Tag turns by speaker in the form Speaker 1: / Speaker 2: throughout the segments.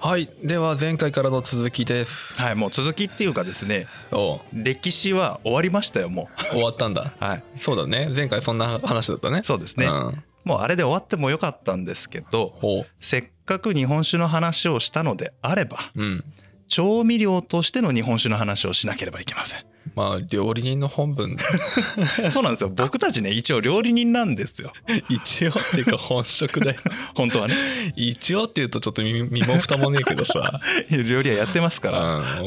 Speaker 1: はいでは前回からの続きです
Speaker 2: はい、もう続きっていうかですね、
Speaker 1: おう
Speaker 2: 歴史は終わりましたよ、も
Speaker 1: 終わったんだ
Speaker 2: う。 はい。
Speaker 1: そうだね前回そんな話だったね
Speaker 2: そうですね。
Speaker 1: うん
Speaker 2: もうあれで終わってもよかったんですけど、
Speaker 1: ほう
Speaker 2: せっかく日本酒の話をしたのであれば、
Speaker 1: うん
Speaker 2: 調味料としての日本酒の話をしなければいけません。
Speaker 1: まあ料理人の本分
Speaker 2: そうなんですよ。僕たちね、一応料理人なんですよ。
Speaker 1: 一応っていうか本職だよ
Speaker 2: 本当はね。
Speaker 1: 一応っていうとちょっと身身も蓋もねえけどさ、
Speaker 2: 料 理はやってます
Speaker 1: う
Speaker 2: か
Speaker 1: ん、
Speaker 2: ら。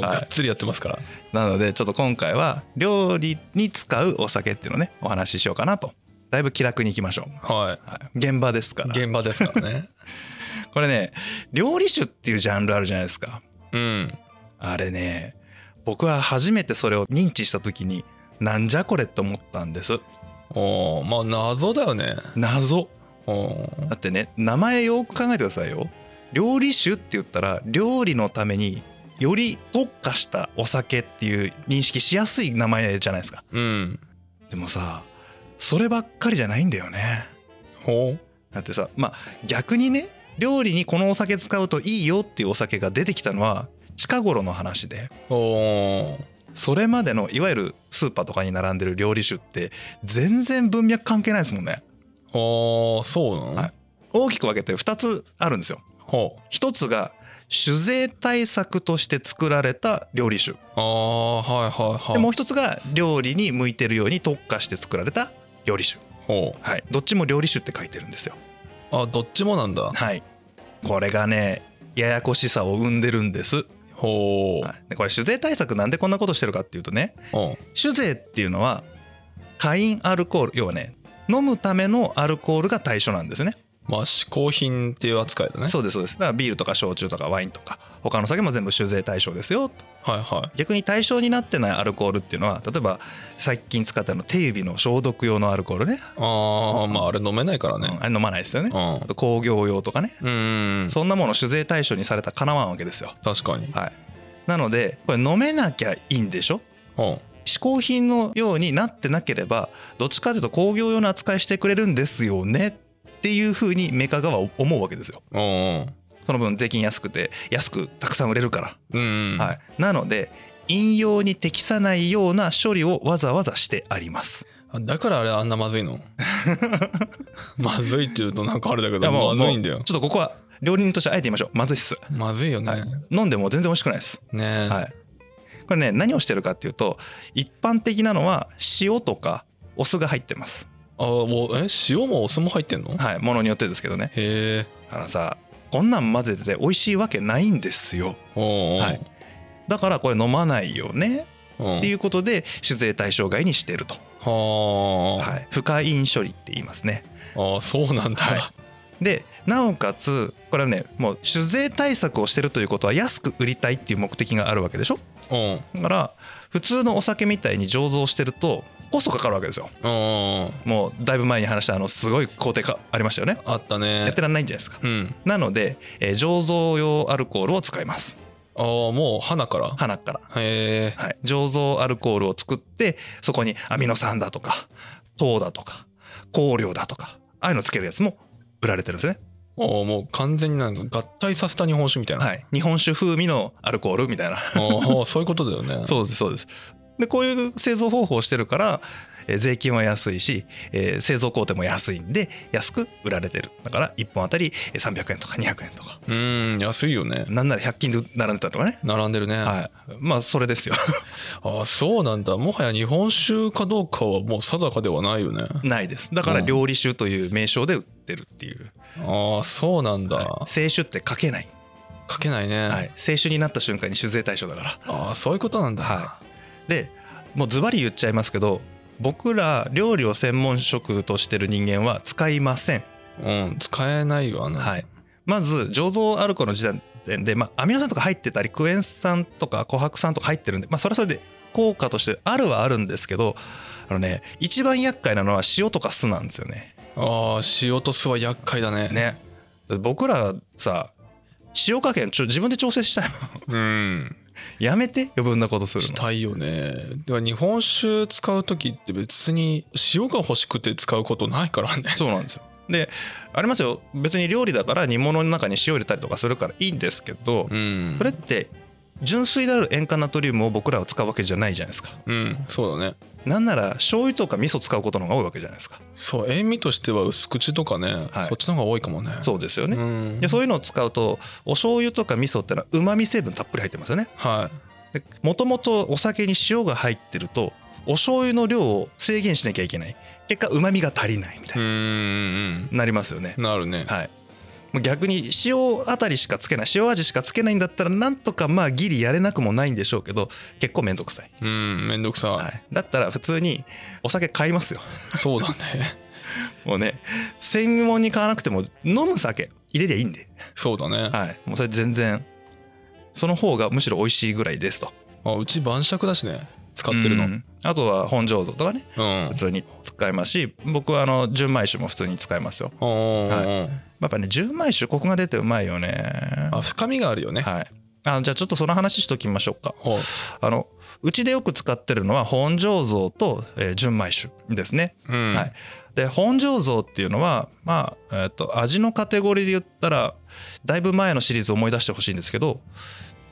Speaker 1: がっつりやってますから
Speaker 2: なので、ちょっと今回は料理に使うお酒っていうのをね、お話ししようかなと。だいぶ気楽に行きましょう。
Speaker 1: はい
Speaker 2: はい現場ですから。
Speaker 1: 現場ですから ね
Speaker 2: これね、料理酒っていうジャンルあるじゃないですか。
Speaker 1: うん
Speaker 2: あれね僕は初めてそれを認知した時になんじゃこれって思ったんです
Speaker 1: おうまあ謎だよね
Speaker 2: 謎
Speaker 1: おう
Speaker 2: だってね名前よく考えてくださいよ料理酒って言ったら料理のためにより特化したお酒っていう認識しやすい名前じゃないですか
Speaker 1: うん
Speaker 2: でもさそればっかりじゃないんだよね
Speaker 1: ほう
Speaker 2: だってさまあ逆にね料理にこのお酒使うといいよっていうお酒が出てきたのは近頃の話で
Speaker 1: おう
Speaker 2: それまでのいわゆるスーパーとかに並んでる料理酒って全然文脈関係ないですもんね
Speaker 1: おうそうなの、
Speaker 2: はい大きく分けて2つあるんですよ
Speaker 1: ほう
Speaker 2: 1つが酒税対策として作られた料理酒
Speaker 1: ああはいはいはい
Speaker 2: でもう1つが料理に向いてるように特化して作られた料理酒
Speaker 1: ほ
Speaker 2: はいどっちも料理酒って書いてるんですよ
Speaker 1: うあどっちもなんだ
Speaker 2: はいこれがねややこしさを生んでるんです、
Speaker 1: ほう、
Speaker 2: はいでこれ酒税対策なんでこんなことしてるかっていうとね
Speaker 1: おう
Speaker 2: 酒税っていうのはカインアルコール要はね飲むためのアルコールが対象なんですね
Speaker 1: まあ嗜好品っていう扱いだね
Speaker 2: そうですそうですだからビールとか焼酎とかワインとか他の酒も全部酒税対象ですよと
Speaker 1: はいは
Speaker 2: 逆に対象になってないアルコールっていうのは例えば最近使ったあの手指の消毒用のアルコールね
Speaker 1: いああまああれ飲めないから
Speaker 2: うん
Speaker 1: ね
Speaker 2: あれ飲まないですよね
Speaker 1: うん
Speaker 2: あと工業用とかね
Speaker 1: うんうん
Speaker 2: そんなもの酒税対象にされたらかなわんわけですよ
Speaker 1: 確かに
Speaker 2: はいなのでこれ飲めなきゃいいんでしょ
Speaker 1: うん
Speaker 2: 嗜好品のようになってなければどっちかというと工業用の扱いしてくれるんですよねっていうふうにメーカー側は思うわけですよ
Speaker 1: うんうん
Speaker 2: その分税金安くて安くたくさん売れるから、
Speaker 1: うん
Speaker 2: はい、なので飲用に適さないような処理をわざわざしてあります
Speaker 1: あだからあれあんなまずい のまずいって言うとなんかあれだけ
Speaker 2: や
Speaker 1: ど
Speaker 2: もう
Speaker 1: まずいんだよ
Speaker 2: もうちょっとここは料理人としてあえて言いましょうまずいっす、
Speaker 1: まずいよね、
Speaker 2: はい飲んでも全然美味しくないです、
Speaker 1: ねえ、
Speaker 2: はい、これね何をしてるかっていうと一般的なのは塩とかお酢が入ってます
Speaker 1: あおえ塩もお酢も入ってんのへ
Speaker 2: はいものによってですけどね
Speaker 1: え
Speaker 2: あのさこんなん混ぜてて美味しいわけないんですよ
Speaker 1: おうおう、
Speaker 2: はいだからこれ飲まないよね
Speaker 1: うん、
Speaker 2: っていうことで酒税対象外にしてると、
Speaker 1: はあ、
Speaker 2: はい、不可飲処理って言いますね
Speaker 1: ああそうなんだ、
Speaker 2: はいでなおかつこれはねもう酒税対策をしてるということは安く売りたいっていう目的があるわけでしょ
Speaker 1: うん
Speaker 2: だから普通のお酒みたいに醸造してるとコストかかるわけですよ
Speaker 1: うん
Speaker 2: もうだいぶ前に話したあのすごい工程がありましたよね
Speaker 1: あったね
Speaker 2: やってらんないんじゃないですか
Speaker 1: うん
Speaker 2: なので、えー醸造用アルコールを使います
Speaker 1: ああもう花から
Speaker 2: 鼻から
Speaker 1: へえ
Speaker 2: はい、醸造アルコールを作ってそこにアミノ酸だとか糖だとか香料だとかああいうのつけるやつも売られてるんですね、
Speaker 1: おうもう完全になんか合体させた日本酒みたいな、
Speaker 2: はい、日本酒風味のアルコールみたいな
Speaker 1: おうそういうことだよね
Speaker 2: そうですそうですでこういう製造方法をしてるから、えー税金は安いし、えー製造工程も安いんで安く売られてるだから1本あたりえー300円とか200円とか
Speaker 1: うーん安いよね
Speaker 2: なんなら100均で並んでたとかね、
Speaker 1: 並んでるね、
Speaker 2: はい、まあそれですよ
Speaker 1: ああそうなんだもはや日本酒かどうかはもう定かではないよね
Speaker 2: ないですだから料理酒という名称で売ってるっていう
Speaker 1: ああそうなんだ、
Speaker 2: はい清酒って書けない
Speaker 1: 書けないね、
Speaker 2: はい、清酒になった瞬間に酒税対象だから
Speaker 1: ああそういうことなんだ、
Speaker 2: はでもうズバリ言っちゃいますけど僕ら料理を専門職としてる人間は使いません、
Speaker 1: うん使えないよあの、
Speaker 2: はい、まず醸造アルコールの時点で、まあ、アミノ酸とか入ってたりクエン酸とか琥珀酸とか入ってるんで、まあ、それはそれで効果としてあるはあるんですけどあのね一番厄介なのは塩とか酢なんですよね。
Speaker 1: ああ塩と酢は厄介だね
Speaker 2: ね僕らさ塩加減ちょ自分で調整したいもん
Speaker 1: うん
Speaker 2: やめて余分なことするの
Speaker 1: したいよねだから日本酒使う時って別に塩が欲しくて使うことないからね
Speaker 2: そうなんですよ。でありますよ別に料理だから煮物の中に塩入れたりとかするからいいんですけど、
Speaker 1: うん
Speaker 2: それって純粋である塩化ナトリウムを僕らは使うわけじゃないじゃないですか
Speaker 1: うんそうだね
Speaker 2: なんなら醤油とか味噌使うことの方が多いわけじゃないですか
Speaker 1: そう塩味としては薄口とかね、
Speaker 2: はい
Speaker 1: そっちの方が多いかもね
Speaker 2: そうですよね、
Speaker 1: うん
Speaker 2: でそういうのを使うとお醤油とか味噌ってのはうまみ成分たっぷり入ってますよね
Speaker 1: は
Speaker 2: もともとお酒に塩が入ってるとお醤油の量を制限しなきゃいけない結果うまみが足りないみた
Speaker 1: い
Speaker 2: いうな、
Speaker 1: ん
Speaker 2: なりますよね
Speaker 1: なるね、
Speaker 2: はいもう逆に塩あたりしかつけない塩味しかつけないんだったらなんとかまあギリやれなくもないんでしょうけど結構めんどくさい、
Speaker 1: うんめんどくさ、
Speaker 2: はい、だったら普通にお酒買いますよ
Speaker 1: そうだね
Speaker 2: もうね専門に買わなくても飲む酒入れりゃいいんで、
Speaker 1: そうだね、
Speaker 2: はい、もうそれ全然その方がむしろ美味しいぐらいですと
Speaker 1: あうち晩酌だしね使ってるの
Speaker 2: う
Speaker 1: うん、
Speaker 2: んあとは本醸造とかね普通に使いますし僕はあの純米酒も普通に使いますよ
Speaker 1: おー
Speaker 2: やっぱね純米酒コクが出てうまいよね
Speaker 1: あ深みがあるよね、
Speaker 2: はいあじゃあちょっとその話しときましょうか
Speaker 1: ほう
Speaker 2: あのうちでよく使ってるのは本醸造と、えー純米酒ですね、
Speaker 1: うん
Speaker 2: はい、で本醸造っていうのはまあ、えーと味のカテゴリーで言ったらだいぶ前のシリーズを思い出してほしいんですけど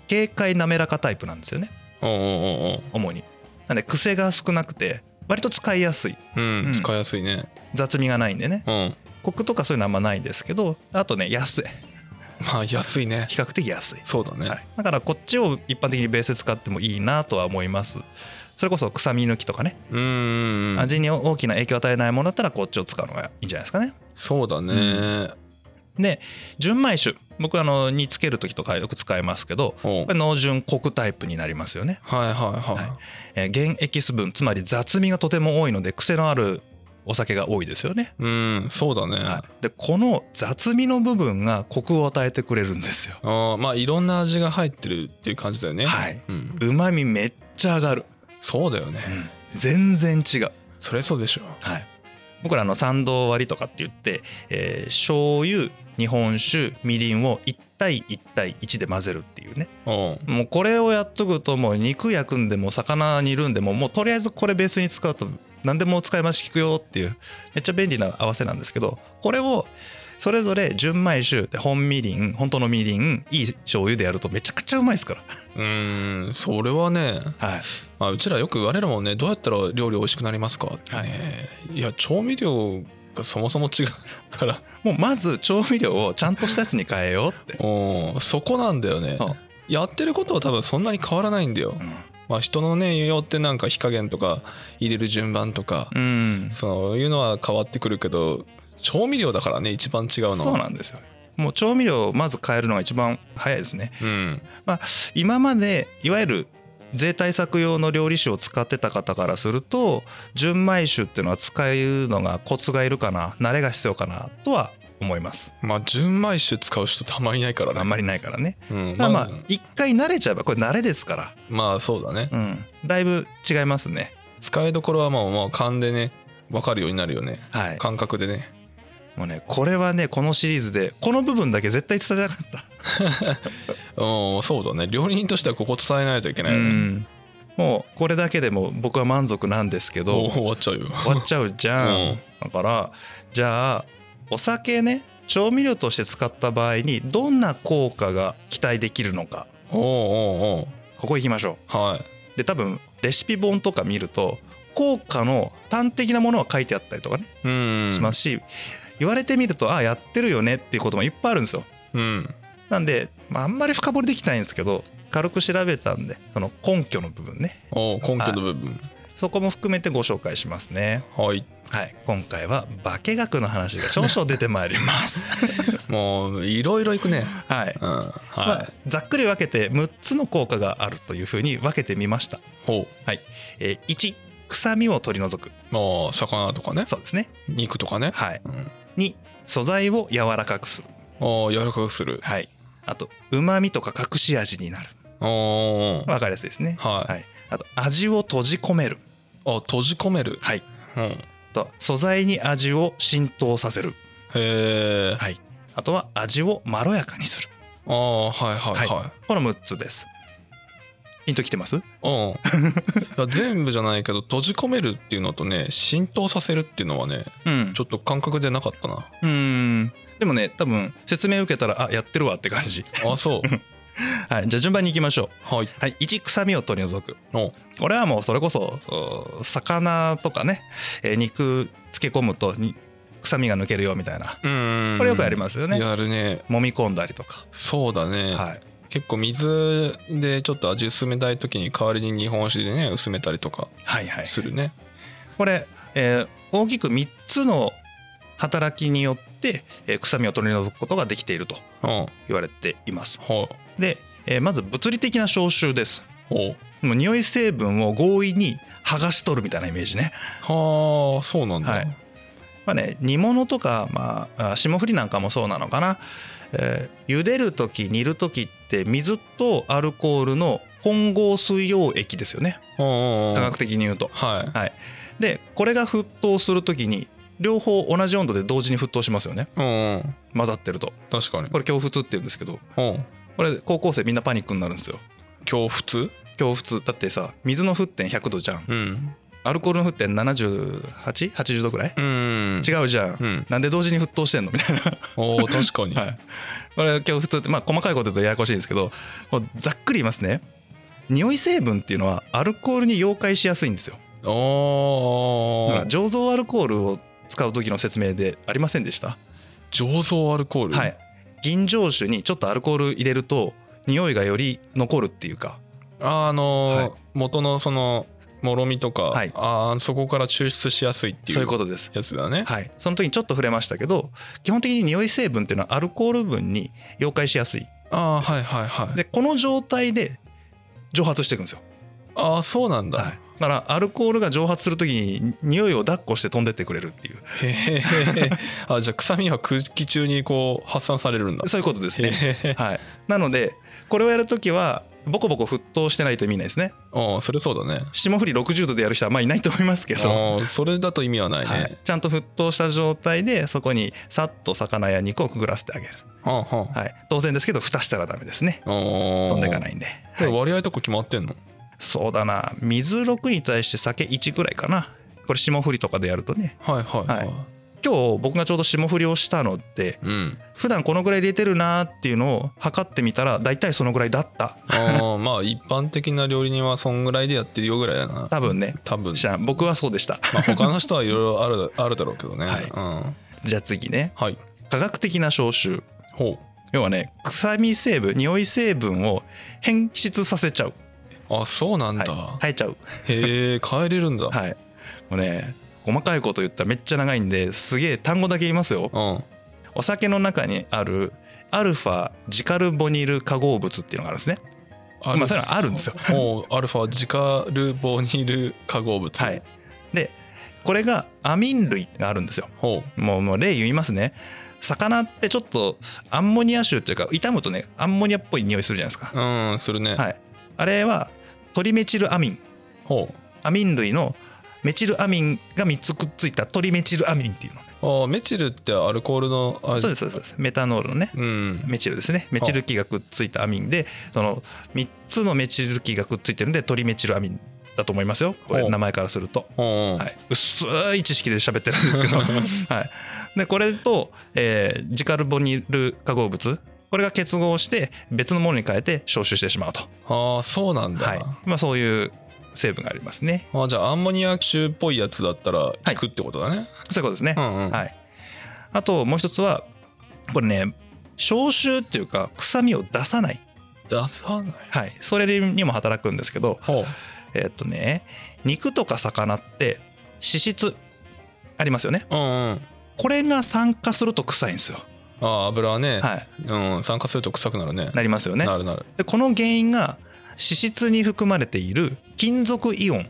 Speaker 2: 軽快滑らかタイプなんですよね
Speaker 1: おーおーおー
Speaker 2: 主になんで癖が少なくて割と使いやすい
Speaker 1: おーうん、
Speaker 2: うん
Speaker 1: 使いやすいね
Speaker 2: 雑味がないんでね
Speaker 1: うん
Speaker 2: コクとかそういうのあんまないですけどあとね安い
Speaker 1: まあ安いね
Speaker 2: 比較的安い、
Speaker 1: そうだね、
Speaker 2: はい、だからこっちを一般的にベースで使ってもいいなとは思いますそれこそ臭み抜きとかね、
Speaker 1: うんうんうん
Speaker 2: 味に大きな影響を与えないものだったらこっちを使うのがいいんじゃないですかね
Speaker 1: そうだね、
Speaker 2: で純米酒僕あの煮つける時とかよく使いますけど
Speaker 1: おう
Speaker 2: これ濃純コクタイプになりますよね、
Speaker 1: はいはいはい、
Speaker 2: はいえー原エキス分つまり雑味がとても多いので癖のあるお酒が多いですよね、
Speaker 1: うんそうだね、
Speaker 2: はい、でこの雑味の部分がコクを与えてくれるんですよ
Speaker 1: あーまあいろんな味が入ってるっていう感じだよね
Speaker 2: はい、
Speaker 1: うん、
Speaker 2: うまみめっちゃ上がる、
Speaker 1: そうだよね、
Speaker 2: 全然違う、
Speaker 1: それそうでしょ
Speaker 2: はい、僕らあの三度割りとかって言って、えー、醤油日本酒みりんを1対1対1で混ぜるっていうね
Speaker 1: うん
Speaker 2: もうこれをやっとくともう肉焼くんでも魚煮るんでももうとりあえずこれベースに使うと何でも使い回し効くよっていうめっちゃ便利な合わせなんですけどこれをそれぞれ純米酒で本みりん本当のみりんいい醤油でやるとめちゃくちゃうまいですから、
Speaker 1: うーんそれはね、
Speaker 2: はい、
Speaker 1: まあ、うちらよく言われるもんねどうやったら料理美味しくなりますかってね、い、や調味料がそもそも違うから
Speaker 2: もうまず調味料をちゃんとしたやつに変えようって
Speaker 1: うんそこなんだよね
Speaker 2: そう
Speaker 1: やってることは多分そんなに変わらないんだよ、まあ、人のねによってなんか火加減とか入れる順番とか、
Speaker 2: うん
Speaker 1: そういうのは変わってくるけど調味料だからね一番違うのは
Speaker 2: そうなんですよもう調味料をまず変えるのが一番早いですね
Speaker 1: うん
Speaker 2: まあ今までいわゆる税対策用の料理酒を使ってた方からすると純米酒っていうのは使うのがコツがいるかな慣れが必要かなとは思います
Speaker 1: まあ純米酒使う人たまにいないからね
Speaker 2: あんまりないからね
Speaker 1: うん、
Speaker 2: ただまあ
Speaker 1: まあ
Speaker 2: 一回慣れちゃえばこれ慣れですから
Speaker 1: まあそうだね
Speaker 2: うんだいぶ違いますね
Speaker 1: 使いどころはまあまあ勘でね分かるようになるよね
Speaker 2: はい
Speaker 1: 感覚でね
Speaker 2: もうねこれはねこのシリーズでこの部分だけ絶対伝えたかった
Speaker 1: うんそうだね料理人としてはここ伝えないといけないよ
Speaker 2: う
Speaker 1: ね
Speaker 2: んもうこれだけでも僕は満足なんですけ
Speaker 1: どう
Speaker 2: ど
Speaker 1: 終わっちゃうよ
Speaker 2: 終わっちゃうじゃん、
Speaker 1: うん
Speaker 2: だからじゃあお酒ね調味料として使った場合にどんな効果が期待できるのか
Speaker 1: おうおうおう
Speaker 2: ここ行きましょ
Speaker 1: はいう
Speaker 2: で多分レシピ本とか見ると効果の端的なものは書いてあったりとかね
Speaker 1: うん
Speaker 2: しますすし、言われてみるとああやってるよねっていうこともいっぱいあるんですよ
Speaker 1: うん
Speaker 2: なんで、まあ、あんまり深掘りできないんですけど軽く調べたんでその根拠の部分ね
Speaker 1: おう根拠の部分
Speaker 2: そこも含めてご紹介しますね
Speaker 1: はい
Speaker 2: はい今回は化学の話が少々出てまいります
Speaker 1: もういろいろいくね
Speaker 2: はい
Speaker 1: うん
Speaker 2: ま
Speaker 1: は
Speaker 2: あ、ざっくり分けて6つの効果があるというふうに分けてみました、
Speaker 1: いほ
Speaker 2: はいえー1臭みを取り除く
Speaker 1: うまあ魚とかね
Speaker 2: そうですね、
Speaker 1: 肉とかね
Speaker 2: はい、
Speaker 1: うん
Speaker 2: 2素材を柔らかくする、
Speaker 1: ああ柔らかくする
Speaker 2: はい、あとうまみとか隠し味になる
Speaker 1: おうおうおう
Speaker 2: 分かりやすいですね、
Speaker 1: はい
Speaker 2: はい、あと味を閉じ込める、
Speaker 1: あ閉じ込める
Speaker 2: はい、
Speaker 1: うんへ
Speaker 2: あと素材に味を浸透させる、
Speaker 1: え
Speaker 2: はい、あとは味をまろやかにする
Speaker 1: ああはいはいはい、
Speaker 2: この6つですピンときてます
Speaker 1: うんいや全部じゃないけど閉じ込めるっていうのとね浸透させるっていうのはね
Speaker 2: うん
Speaker 1: ちょっと感覚でなかったな
Speaker 2: うんでもね多分説明受けたらあやってるわって感じ
Speaker 1: あ そう
Speaker 2: はいじゃあ順番に行きましょ
Speaker 1: はい。
Speaker 2: うはい1臭みを取り除く
Speaker 1: お
Speaker 2: これはもうそれこそお魚とかね、えー肉漬け込むとに臭みが抜けるよみたいな
Speaker 1: うん。
Speaker 2: これよくやり
Speaker 1: ま
Speaker 2: ますよ
Speaker 1: す
Speaker 2: ね、
Speaker 1: やるね。
Speaker 2: 揉み込んだりとか、
Speaker 1: そうだね。
Speaker 2: はい
Speaker 1: 結構水でちょっと味薄めたい時に代わりに日本酒でね薄めたりとか
Speaker 2: はいはい
Speaker 1: するね。
Speaker 2: これ、えー大きく3つの働きによって、えー臭みを取り除くことができていると
Speaker 1: うん。は
Speaker 2: 言われています
Speaker 1: い。ほ
Speaker 2: で、えーまず物理的な消臭です
Speaker 1: う。
Speaker 2: もう匂い成分を強引に剥がし取るみたいなイメージね
Speaker 1: はあそうなんだ。
Speaker 2: はいまあね煮物とか、まあ、あ霜降りなんかもそうなのかな、えー茹でる時煮る時って水とアルコールの混合水溶液ですよね
Speaker 1: うんうんうん。
Speaker 2: 科
Speaker 1: は
Speaker 2: 学的に言うと
Speaker 1: い。
Speaker 2: でこれが沸騰する時に両方同じ温度で同時に沸騰しますよね
Speaker 1: うんうん。
Speaker 2: 混ざってると
Speaker 1: 確かに。
Speaker 2: これ強沸って言うんですけど
Speaker 1: うん。
Speaker 2: これ高校生みんなパニックになるんですよ
Speaker 1: 今日普通？
Speaker 2: 強沸だってさ水の沸点100度じゃん
Speaker 1: うん。
Speaker 2: アルコールの沸点 78?80 度くらい
Speaker 1: うん。
Speaker 2: 違うじゃん
Speaker 1: うん。
Speaker 2: なんで同時に沸騰してんのみたい
Speaker 1: おお確かに。
Speaker 2: な、はい、これ今日普通ってまあ細かいこと言うとややこしいんですけどもうざっくり言いますね匂い成分っていうのはアルコールに溶解しやすいんですよ
Speaker 1: お
Speaker 2: だから
Speaker 1: お。
Speaker 2: 醸造アルコールを使う時の説明でありませんでした
Speaker 1: 醸造アルコール。
Speaker 2: はい。吟醸酒にちょっとアルコール入れると匂いがより残るっていうか
Speaker 1: あのー
Speaker 2: はい
Speaker 1: 元のそのもろみとか、
Speaker 2: はい
Speaker 1: あーそこから抽出しやすいってい
Speaker 2: そういう
Speaker 1: う
Speaker 2: ことです
Speaker 1: やつだね。
Speaker 2: はい、その時にちょっと触れましたけど基本的に匂い成分っていうのはアルコール分に溶解しやすい
Speaker 1: ああはいはいはい。
Speaker 2: でこの状態で蒸発していくんですよ、
Speaker 1: ああそうなんだ。
Speaker 2: はい、だからアルコールが蒸発する時に匂いを抱っこして飛んでってくれるっていう
Speaker 1: へへへ。あじゃあ臭みは空気中にこう発散されるんだ。
Speaker 2: そういうことですね、
Speaker 1: へへへ。
Speaker 2: はい、なのでこれをやる時はボコボコ沸騰してないと意味ないですね
Speaker 1: うんそれそうだね。
Speaker 2: 霜降り60度でやる人はあんまりいないと思いますけど
Speaker 1: ああそれだと意味はない
Speaker 2: はい
Speaker 1: ね。、
Speaker 2: ちゃんと沸騰した状態でそこにさっと魚や肉をくぐらせてあげる、
Speaker 1: はんはん。
Speaker 2: はい、当然ですけど蓋したらダメですね
Speaker 1: 飛。
Speaker 2: 飛んでいかないいんで、
Speaker 1: これ
Speaker 2: はい
Speaker 1: 割合とか決まってんの？
Speaker 2: そうだな水6に対して酒1ぐらいかなこれ霜降りとかでやるとね
Speaker 1: はいはいはい。
Speaker 2: はい今日僕がちょうど霜降りをしたので
Speaker 1: うん。
Speaker 2: 普段このぐらい入れてるなーっていうのを測ってみたら大体そのぐらいだった
Speaker 1: ああまあ一般的な料理人はそんぐらいでやってるよぐらいだな。
Speaker 2: 多分ね
Speaker 1: 多分。
Speaker 2: 知らん僕はそうでした
Speaker 1: まあ、他の人はいろいろある あるだろうけどね。
Speaker 2: はい
Speaker 1: うん、
Speaker 2: じゃあ次ね
Speaker 1: はい。
Speaker 2: 科学的な消臭
Speaker 1: ほ
Speaker 2: 要はね臭み成分匂い成分を変質させちゃう
Speaker 1: う。あそうなんだ。
Speaker 2: はい、変えちゃう
Speaker 1: へえ変えれるんだ。
Speaker 2: はい。もうね、細かいこと言ったらめっちゃ長いんですげえ単語だけ言いますよ。
Speaker 1: うん。
Speaker 2: お酒の中にあるアルファジカルボニル化合物っていうのがあるんですね。
Speaker 1: あ
Speaker 2: まあそういうのあるんですよ。
Speaker 1: もうアルファジカルボニル化合物。
Speaker 2: はい。。で、これがアミン類があるんですよ。
Speaker 1: ほう。
Speaker 2: もうもう例言いますね。魚ってちょっとアンモニア臭というか傷むとねアンモニアっぽい匂いするじゃないですか。
Speaker 1: うんするね。
Speaker 2: はい。あれはトリメチルアミン
Speaker 1: ほ
Speaker 2: アミン類のメチルアミンが3つくっついたトリメチルアミンっていうの。
Speaker 1: う。あメチルってアルコールのあれ
Speaker 2: そうですそうです。メタノールのね。
Speaker 1: うん。
Speaker 2: メチルですねメチル基がくっついたアミンでその3つのメチル基がくっついてるんでトリメチルアミンだと思いますよこ
Speaker 1: ほ
Speaker 2: れ
Speaker 1: う
Speaker 2: 名前からすると、
Speaker 1: ほう。
Speaker 2: はい、薄い知識で喋ってるんで すけど、はい、でこれと、えージカルボニル化合物これが結合して別のものに変えて消臭してしまうと、
Speaker 1: ああそうなんだ。
Speaker 2: はいまあ、そういう成分がありますね
Speaker 1: あじゃあアンモニア臭っぽいやつだったら効くってことだね。
Speaker 2: そういうことですね、
Speaker 1: うんうん。
Speaker 2: はい、あともう一つはこれね消臭っていうか臭みを出さない、
Speaker 1: 出さない。
Speaker 2: はい、それにも働くんですけど
Speaker 1: ほう。
Speaker 2: えーっとね肉とか魚って脂質ありますよね
Speaker 1: うんうん。
Speaker 2: これが酸化すると臭いんですよ
Speaker 1: ああ油はね、
Speaker 2: はい
Speaker 1: うん酸化すると臭くなるね。
Speaker 2: なりますよね
Speaker 1: なるなる。
Speaker 2: でこの原因が脂質に含まれている金属イオン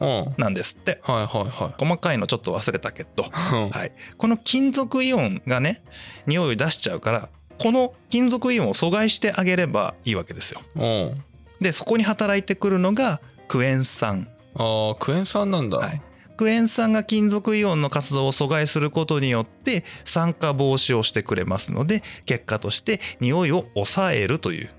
Speaker 1: うん。はい
Speaker 2: なんですって
Speaker 1: はいは
Speaker 2: 細かいのちょっと忘れたけど
Speaker 1: い。うん
Speaker 2: はいこの金属イオンがね匂いを出しちゃうからこの金属イオンを阻害してあげればいいわけですよ
Speaker 1: うん。
Speaker 2: でそこに働いてくるのがクエン酸
Speaker 1: ああクエン酸なんだ。
Speaker 2: はいクエン酸が金属イオンの活動を阻害することによって酸化防止をしてくれますので結果として匂いを抑えるという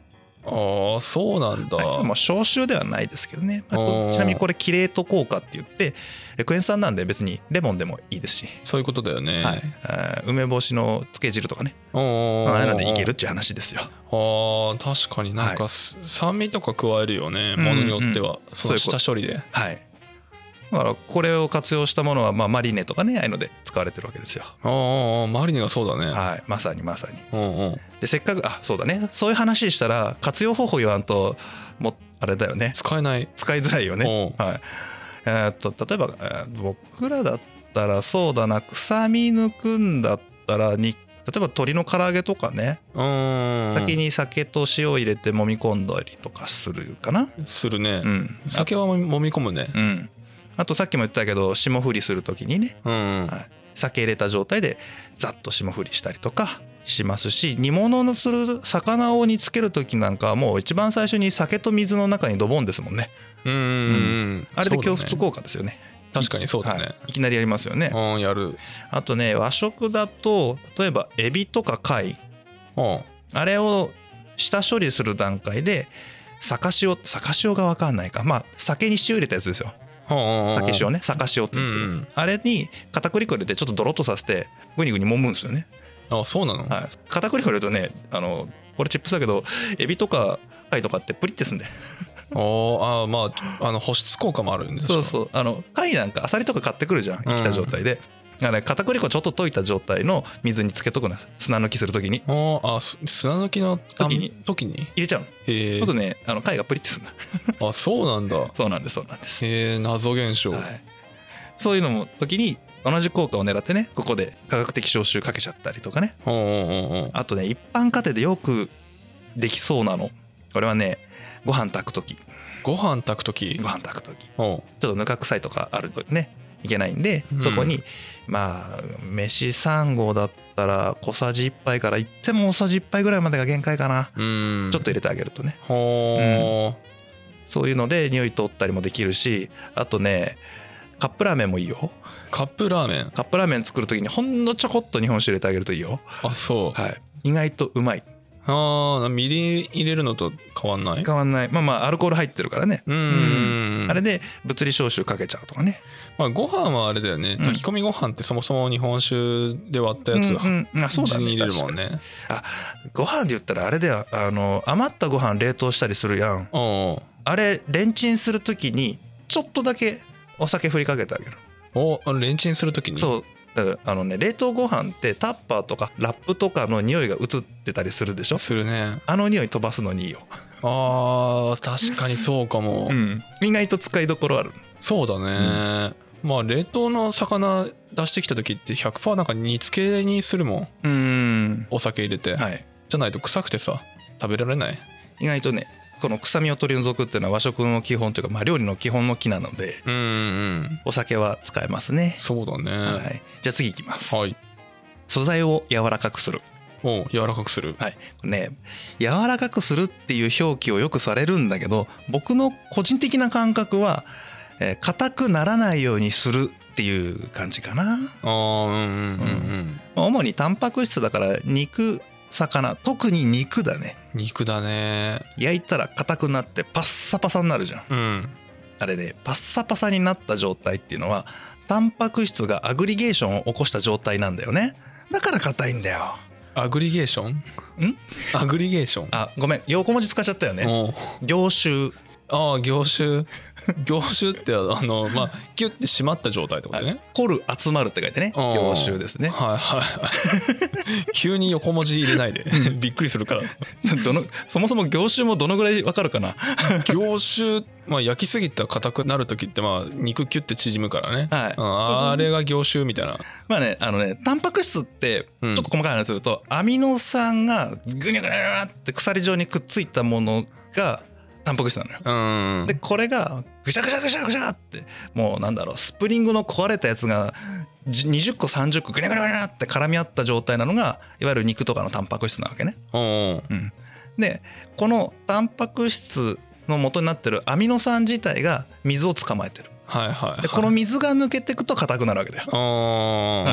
Speaker 1: ああそうなんだ、
Speaker 2: はい、もう消臭ではないですけどね、まあこ
Speaker 1: お
Speaker 2: う
Speaker 1: ー
Speaker 2: ちなみにこれキレート効果って言ってえクエン酸なんで別にレモンでもいいですし、
Speaker 1: そういうことだよね
Speaker 2: はい、あー梅干しの漬け汁とかね
Speaker 1: おーおーおー
Speaker 2: ああいうのでいけるっていう話ですよ
Speaker 1: あー確かになん
Speaker 2: は
Speaker 1: かす酸味とか加えるよね
Speaker 2: うん
Speaker 1: ものによってはそ
Speaker 2: そういう
Speaker 1: の
Speaker 2: こと
Speaker 1: 下処理で
Speaker 2: はいだからこれを活用したものはまあマリネとかねああいうので使われてるわけですよ
Speaker 1: ああマリネがそうだね
Speaker 2: はいまさにまさに
Speaker 1: うんうん
Speaker 2: でせっかくあそうだねそういう話したら活用方法言わんともうあれだよね
Speaker 1: 使えない
Speaker 2: 使いづらいよね
Speaker 1: おう
Speaker 2: はい、えーっと例えば、えー僕らだったらそうだな臭み抜くんだったらに例えば鶏の唐揚げとかね、
Speaker 1: うん
Speaker 2: 先に酒と塩入れて揉み込んだりとかするかな、
Speaker 1: するね
Speaker 2: うん
Speaker 1: 酒はもみ揉み込むね
Speaker 2: あうん、あとさっきも言ったけど霜降りする時にね
Speaker 1: うんうん
Speaker 2: はい酒入れた状態でざっと霜降りしたりとかしますし煮物のする魚を煮つける時なんかはもう一番最初に酒と水の中にドボンですもんね
Speaker 1: うんうんうん
Speaker 2: あれ
Speaker 1: そ
Speaker 2: で
Speaker 1: うだね
Speaker 2: 供出効果ですよね
Speaker 1: 確かにそうだ
Speaker 2: は
Speaker 1: ね
Speaker 2: い、いきなりやりますよね、
Speaker 1: うんやる
Speaker 2: あとね和食だと例えばエビとか貝
Speaker 1: うん
Speaker 2: あれを下処理する段階で酒塩酒塩が分かんないかまあ酒に塩入れたやつですよ
Speaker 1: うんうん
Speaker 2: 酒塩ね酒塩って言うんですけど、
Speaker 1: うんうん
Speaker 2: あれに片栗粉入れてちょっとドロッとさせてグニグニ揉むんですよね、
Speaker 1: あそうなの
Speaker 2: はい、片栗粉入れるとねあのこれチップスだけどエビとか貝とかってプリってすんで
Speaker 1: おーあーまああの保湿効果もあるんですか
Speaker 2: そうそうあの貝なんかアサリとか買ってくるじゃん生きた状態で、あれ片栗粉ちょっと溶いた状態の水につけとくの砂抜きするときに
Speaker 1: おーあす砂抜きのあん
Speaker 2: 時に
Speaker 1: 時に
Speaker 2: 入れちゃうの
Speaker 1: へ
Speaker 2: ちょっとねあの貝がプリってすんだ
Speaker 1: えあそうなんだ
Speaker 2: そうなんですそうなんです、
Speaker 1: へえ謎現象
Speaker 2: はい、そういうのも時に同じ効果を狙ってねここで科学的消臭かけちゃったりとかね
Speaker 1: うんうんうんうん
Speaker 2: あとね一般家庭でよくできそうなのこれはねご飯炊く時
Speaker 1: ご飯炊く時
Speaker 2: ご飯炊く時ち
Speaker 1: おう
Speaker 2: ょっとぬか臭いとかあるとねいけないんで
Speaker 1: うん
Speaker 2: そこに、まあ飯3合だったら小さじ1杯からいっても大さじ1杯ぐらいまでが限界かな、
Speaker 1: うん
Speaker 2: ちょっと入れてあげるとね
Speaker 1: ほー
Speaker 2: そういうので匂い取ったりもできるしあとねカップラーメンもいいよ
Speaker 1: カップラーメン
Speaker 2: カップラーメン作る時にほんのちょこっと日本酒入れてあげるといいよ、
Speaker 1: あそう
Speaker 2: はい、意外とうまい
Speaker 1: あーみりん入れるのと変わんない
Speaker 2: 変わんないまあまあアルコール入ってるからね、
Speaker 1: う
Speaker 2: うんんあれで物理消臭かけちゃうとかね
Speaker 1: まあご飯はあれだよね
Speaker 2: うん
Speaker 1: 炊き込みご飯ってそもそも日本酒で割った
Speaker 2: うん
Speaker 1: やつ
Speaker 2: うんあそうだ
Speaker 1: 口に
Speaker 2: ね
Speaker 1: 入れるもん
Speaker 2: 確か
Speaker 1: ね
Speaker 2: にご飯で言ったらあれだよあの余ったご飯冷凍したりするやん
Speaker 1: お
Speaker 2: あれレンチンする時にちょっとだけお酒振りかけてあげる、
Speaker 1: おレンチンする時に
Speaker 2: そうだからあのね冷凍ご飯ってタッパーとかラップとかの匂いが移ってたりするでしょ
Speaker 1: するね
Speaker 2: あの匂い飛ばすのにいいよ、
Speaker 1: あー確かにそうかも
Speaker 2: うん、意外と使いどころある
Speaker 1: そうだねまあ冷凍の魚出してきた時って100%なんか煮つけにするもん
Speaker 2: うん
Speaker 1: お酒入れて
Speaker 2: はい
Speaker 1: じゃないと臭くてさ食べられない
Speaker 2: 意外とねこの臭みを取り除くっていうのは和食の基本というか、まあ、料理の基本の木なので
Speaker 1: うんうん
Speaker 2: お酒は使えますね、
Speaker 1: そうだね
Speaker 2: は、
Speaker 1: はい
Speaker 2: じゃあ次いきます、
Speaker 1: い、
Speaker 2: 素材を柔らかくする
Speaker 1: おう柔らかくする
Speaker 2: はいね柔らかくするっていう表記をよくされるんだけど僕の個人的な感覚はえー硬、くならないようにするっていう感じかな
Speaker 1: ああうんうんうんうん
Speaker 2: まあ主にタンパク質だから肉魚特に肉だね
Speaker 1: 肉だね
Speaker 2: 焼いたら硬くなってパッサパサになるじゃん
Speaker 1: うん
Speaker 2: あれねパッサパサになった状態っていうのはタンパク質がアグリゲーションを起こした状態なんだよねだから硬いんだよ
Speaker 1: アグリゲーションんアグリゲーション
Speaker 2: あごめん横文字使っちゃったよね
Speaker 1: おう
Speaker 2: 凝集
Speaker 1: ああ凝集凝集ってあのまあギュッて締まった状態ってことね
Speaker 2: 凝る集まるって書いてね
Speaker 1: おう
Speaker 2: 凝集ですね
Speaker 1: はいはいはい 急に横文字入れ ないでびっくりするから
Speaker 2: どのそもそも凝集もどのぐらいわかるかな
Speaker 1: 凝集まあ焼きすぎたら硬くなる時ってまあ肉キュッて縮むからね、
Speaker 2: はい
Speaker 1: うんあれが凝集みたいな
Speaker 2: まあねあのねタンパク質ってち
Speaker 1: う
Speaker 2: ょ
Speaker 1: ん
Speaker 2: っと細かい話すると、アミノ酸がグニャグニャグニャって鎖状にくっついたものがタンパク質なのよ
Speaker 1: うん
Speaker 2: でこれがぐしゃぐしゃぐしゃぐしゃってもうなんだろうスプリングの壊れたやつがじ20個30個ぐにゃぐにゃぐにゃって絡み合った状態なのがいわゆる肉とかのタンパク質なわけね。
Speaker 1: うん
Speaker 2: うん、でこのタンパク質の元になってるアミノ酸自体が水を捕まえてる。
Speaker 1: はいはい、はい、
Speaker 2: でこの水が抜けてくと硬くなるわけだよだから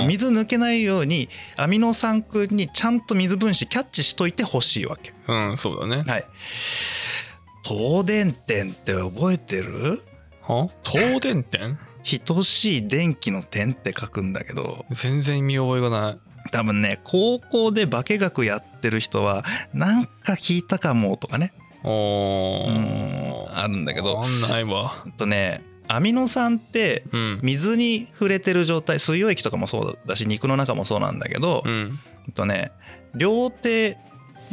Speaker 1: あ
Speaker 2: 水抜けないようにアミノ酸くんにちゃんと水分子キャッチしといてほしいわけ
Speaker 1: あうんそうだね
Speaker 2: はい東電点って覚えてる
Speaker 1: は東電点
Speaker 2: 等しい電気の点って書くんだけど
Speaker 1: 全然見覚えがない
Speaker 2: 多分ね高校で化学やってる人はなんか聞いたかもとかね
Speaker 1: お
Speaker 2: う
Speaker 1: ー
Speaker 2: んあるんだけど
Speaker 1: あんないわ
Speaker 2: えっとねアミノ酸って
Speaker 1: うん
Speaker 2: 水に触れてる状態水溶液とかもそうだし肉の中もそうなんだけど、
Speaker 1: うん
Speaker 2: えっとね両手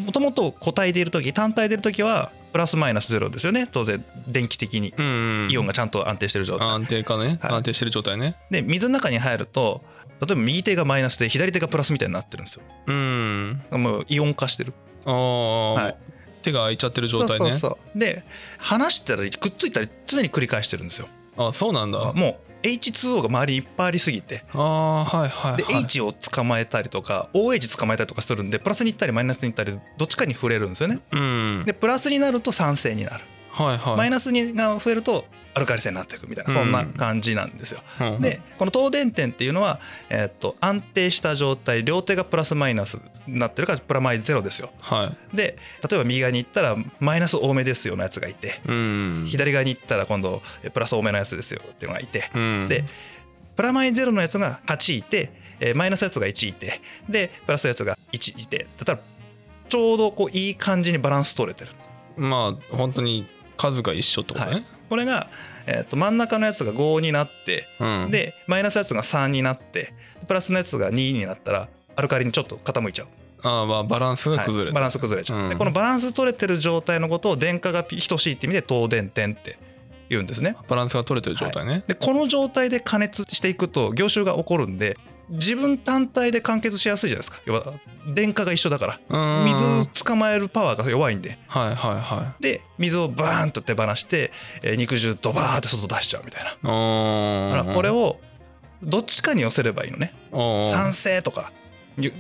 Speaker 2: もともと固体でいる時単体でいる時はプラスマイナスゼロですよね当然電気的に
Speaker 1: うんうん
Speaker 2: イオンがちゃんと安定してる状態、
Speaker 1: 安定かね、
Speaker 2: はい
Speaker 1: 安定してる状態ね
Speaker 2: で水の中に入ると例えば右手がマイナスで左手がプラスみたいになってるんですよ
Speaker 1: うん
Speaker 2: もうイオン化してる
Speaker 1: ああ、
Speaker 2: はい
Speaker 1: 手が空いちゃってる状態ね
Speaker 2: そうそうそうで離したりくっついたり常に繰り返してるんですよ
Speaker 1: あそうなんだあ
Speaker 2: もう H2O が周りにいっぱいありすぎて
Speaker 1: あーはいはい
Speaker 2: で
Speaker 1: はい
Speaker 2: H を捕まえたりとか OH 捕まえたりとかするんでプラスに行ったりマイナスに行ったりどっちかに触れるんですよね
Speaker 1: うん
Speaker 2: でプラスになると酸性になる
Speaker 1: はいはい
Speaker 2: マイナスにが増えるとアルカリ性になっていくみたいなそんな感じなんですよ
Speaker 1: うんうん
Speaker 2: でこの東電点っていうのはえーっと安定した状態両手がプラスマイナスになってるからプラマイゼロですよ
Speaker 1: はい
Speaker 2: で例えば右側に行ったらマイナス多めですよのやつがいて
Speaker 1: うん
Speaker 2: 左側に行ったら今度えプラス多めのやつですよっていうのがいて
Speaker 1: うん
Speaker 2: でプラマイゼロのやつが8いて、えーマイナスのやつが1いてでプラスのやつが1いてだったらちょうどこういい感じにバランス取れてる
Speaker 1: まあ本当に数が一緒ってことね、
Speaker 2: これが、えー、と真ん中のやつが5になって
Speaker 1: うん
Speaker 2: でマイナスのやつが3になってプラスのやつが2になったらアルカリにちょっと傾いちゃう、
Speaker 1: あーまあバランスが
Speaker 2: はい
Speaker 1: 崩れ
Speaker 2: バ
Speaker 1: た、
Speaker 2: ランス崩れちゃう、
Speaker 1: うん
Speaker 2: でこのバランス取れてる状態のことを電荷が等しいって意味で等電点って言うんですね
Speaker 1: バランスが取れてる状態ね、
Speaker 2: でこの状態で加熱していくと凝集が起こるんで自分単体で完結しやすいじゃないですか要は電荷が一緒だから
Speaker 1: うん
Speaker 2: 水捕まえるパワーが弱いんで
Speaker 1: はいはいは
Speaker 2: で水をバーンと手放して、えー肉汁ドバーって外出しちゃうみたいない
Speaker 1: お
Speaker 2: だからこれをどっちかに寄せればいいのね
Speaker 1: を
Speaker 2: 酸性とか、ゆ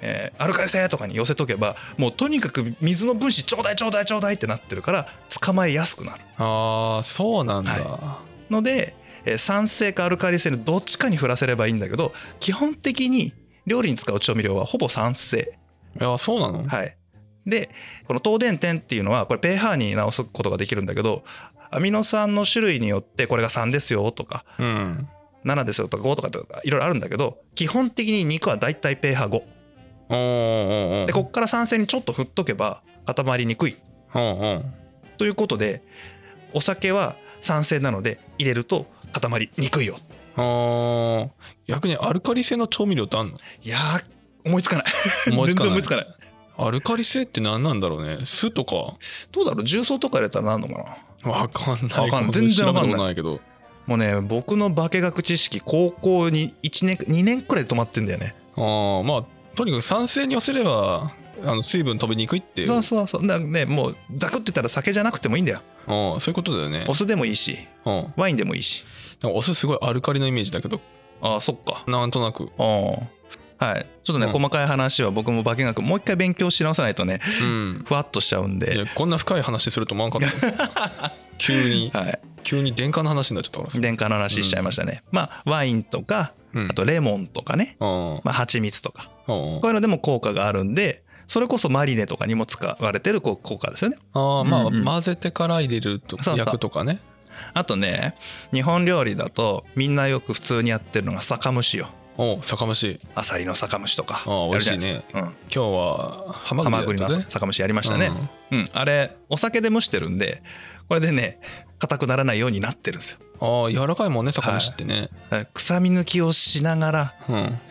Speaker 2: えーアルカリ性とかに寄せとけばもうとにかく水の分子ちょうだいちょうだいちょうだいってなってるから捕まえやすくなる
Speaker 1: ああそうなんだ、
Speaker 2: ので、えー酸性かアルカリ性のどっちかに振らせればいいんだけど基本的に料理に使う調味料はほぼ酸性
Speaker 1: い、やそうなの、
Speaker 2: はいでこの東電点っていうのはこれ pH に直すことができるんだけどアミノ酸の種類によってこれが3ですよとか
Speaker 1: うん
Speaker 2: 7ですよとか5とかとかいろいろあるんだけど基本的に肉はだいたい pH5
Speaker 1: おーおーおー
Speaker 2: でこっから酸性にちょっと振っとけば固まりにくい
Speaker 1: うんうん
Speaker 2: ということでお酒は酸性なので入れると固まりにくいよ
Speaker 1: あー逆にアルカリ性の調味料ってあんの
Speaker 2: いやー思いつかない
Speaker 1: 思いつ
Speaker 2: 全
Speaker 1: か
Speaker 2: 然
Speaker 1: な
Speaker 2: 思
Speaker 1: い
Speaker 2: いつかない
Speaker 1: アルカリ性って何なんだろうね酢とか
Speaker 2: どうだろう重曹とか入れたらなんのかな
Speaker 1: わかんない
Speaker 2: わかんない全然わかん
Speaker 1: 調べた
Speaker 2: ない
Speaker 1: ことないけど
Speaker 2: もうね僕の化学知識高校に1年2年くらいで止まってんだよね
Speaker 1: あーまあとにかく酸性に寄せればあの水分飛びにくいっていう
Speaker 2: そうそうそうだからねもうザクって言ったら酒じゃなくてもいいんだよ
Speaker 1: うんそういうことだよね
Speaker 2: お酢でもいいし
Speaker 1: うんなんか
Speaker 2: ワインでもいいし
Speaker 1: お酢すごいアルカリのイメージだけど
Speaker 2: ああそっか
Speaker 1: なんとなく、
Speaker 2: うんはいちょっとね、
Speaker 1: うん
Speaker 2: 細かい話は僕も化学もう一回勉強し直さないとね
Speaker 1: うん、
Speaker 2: ふわっとしちゃうん
Speaker 1: い
Speaker 2: で
Speaker 1: やこんな深い話すると思わんかった急に
Speaker 2: はい
Speaker 1: 急に電化の話になっちゃったからさ
Speaker 2: 電化の話しちゃいましたね、まあワインとか
Speaker 1: うん
Speaker 2: あとレモンとかね、
Speaker 1: うん
Speaker 2: まあ蜂蜜とか
Speaker 1: うん
Speaker 2: こういうのでも効果があるんでそれこそマリネとかにも使われてるこう効果ですよね
Speaker 1: ああまあ、
Speaker 2: うんうん
Speaker 1: 混ぜてから入れるとか
Speaker 2: そうそう
Speaker 1: 焼くとかね
Speaker 2: あとね日本料理だとみんなよく普通にやってるのが酒蒸しよ
Speaker 1: おう酒蒸し
Speaker 2: アサリの酒蒸しとか
Speaker 1: あ
Speaker 2: やるじゃないですか、
Speaker 1: 今日はハ
Speaker 2: うん、
Speaker 1: マ
Speaker 2: ハ
Speaker 1: グリだ
Speaker 2: マグリの
Speaker 1: ったね
Speaker 2: 酒蒸しやりましたね、うんあれお酒で蒸してるんでこれでね硬くならないようになってるんですよ
Speaker 1: うんああ柔らかいもんね酒蒸しってね、
Speaker 2: だから臭み抜きをしながら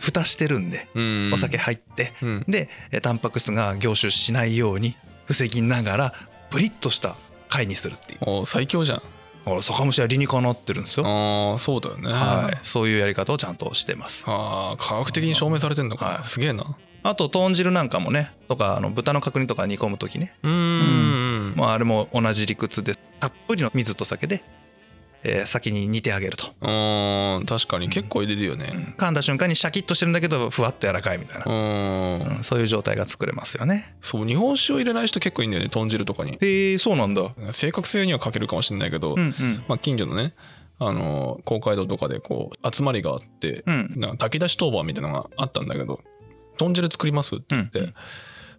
Speaker 2: 蓋してるんで
Speaker 1: うん、うん
Speaker 2: お酒入って、
Speaker 1: うん
Speaker 2: でえータンパク質が凝集しないように防ぎながらプリッとした貝にするっていう
Speaker 1: おう最強じゃん
Speaker 2: だから酒蒸しは理にかなってるんですよ、
Speaker 1: ああそうだよね、
Speaker 2: はい、そういうやり方をちゃんとしてます
Speaker 1: ああ科学的に証明されてんのか、
Speaker 2: はい
Speaker 1: すげえな
Speaker 2: あと豚汁なんかもねとかあの豚の角煮とか煮込む時ね、
Speaker 1: うーん
Speaker 2: まあ、あれも同じ理屈でたっぷりの水と酒で、えー先に煮てあげると、
Speaker 1: うん確かに結構入れるよね
Speaker 2: 噛んだ瞬間にシャキッとしてるんだけどふわっと柔らかいみたいな
Speaker 1: う、ん
Speaker 2: うんそういう状態が作れますよね
Speaker 1: そう日本酒を入れない人結構いいんだよね豚汁とかに
Speaker 2: へえそうなんだ
Speaker 1: 正確性には欠けるかもしれないけど、
Speaker 2: うんうん
Speaker 1: まあ、近所のねあの公会堂とかでこう集まりがあって
Speaker 2: うん
Speaker 1: なんか炊き出し当番みたいなのがあったんだけど豚汁作りますって
Speaker 2: うん
Speaker 1: 言って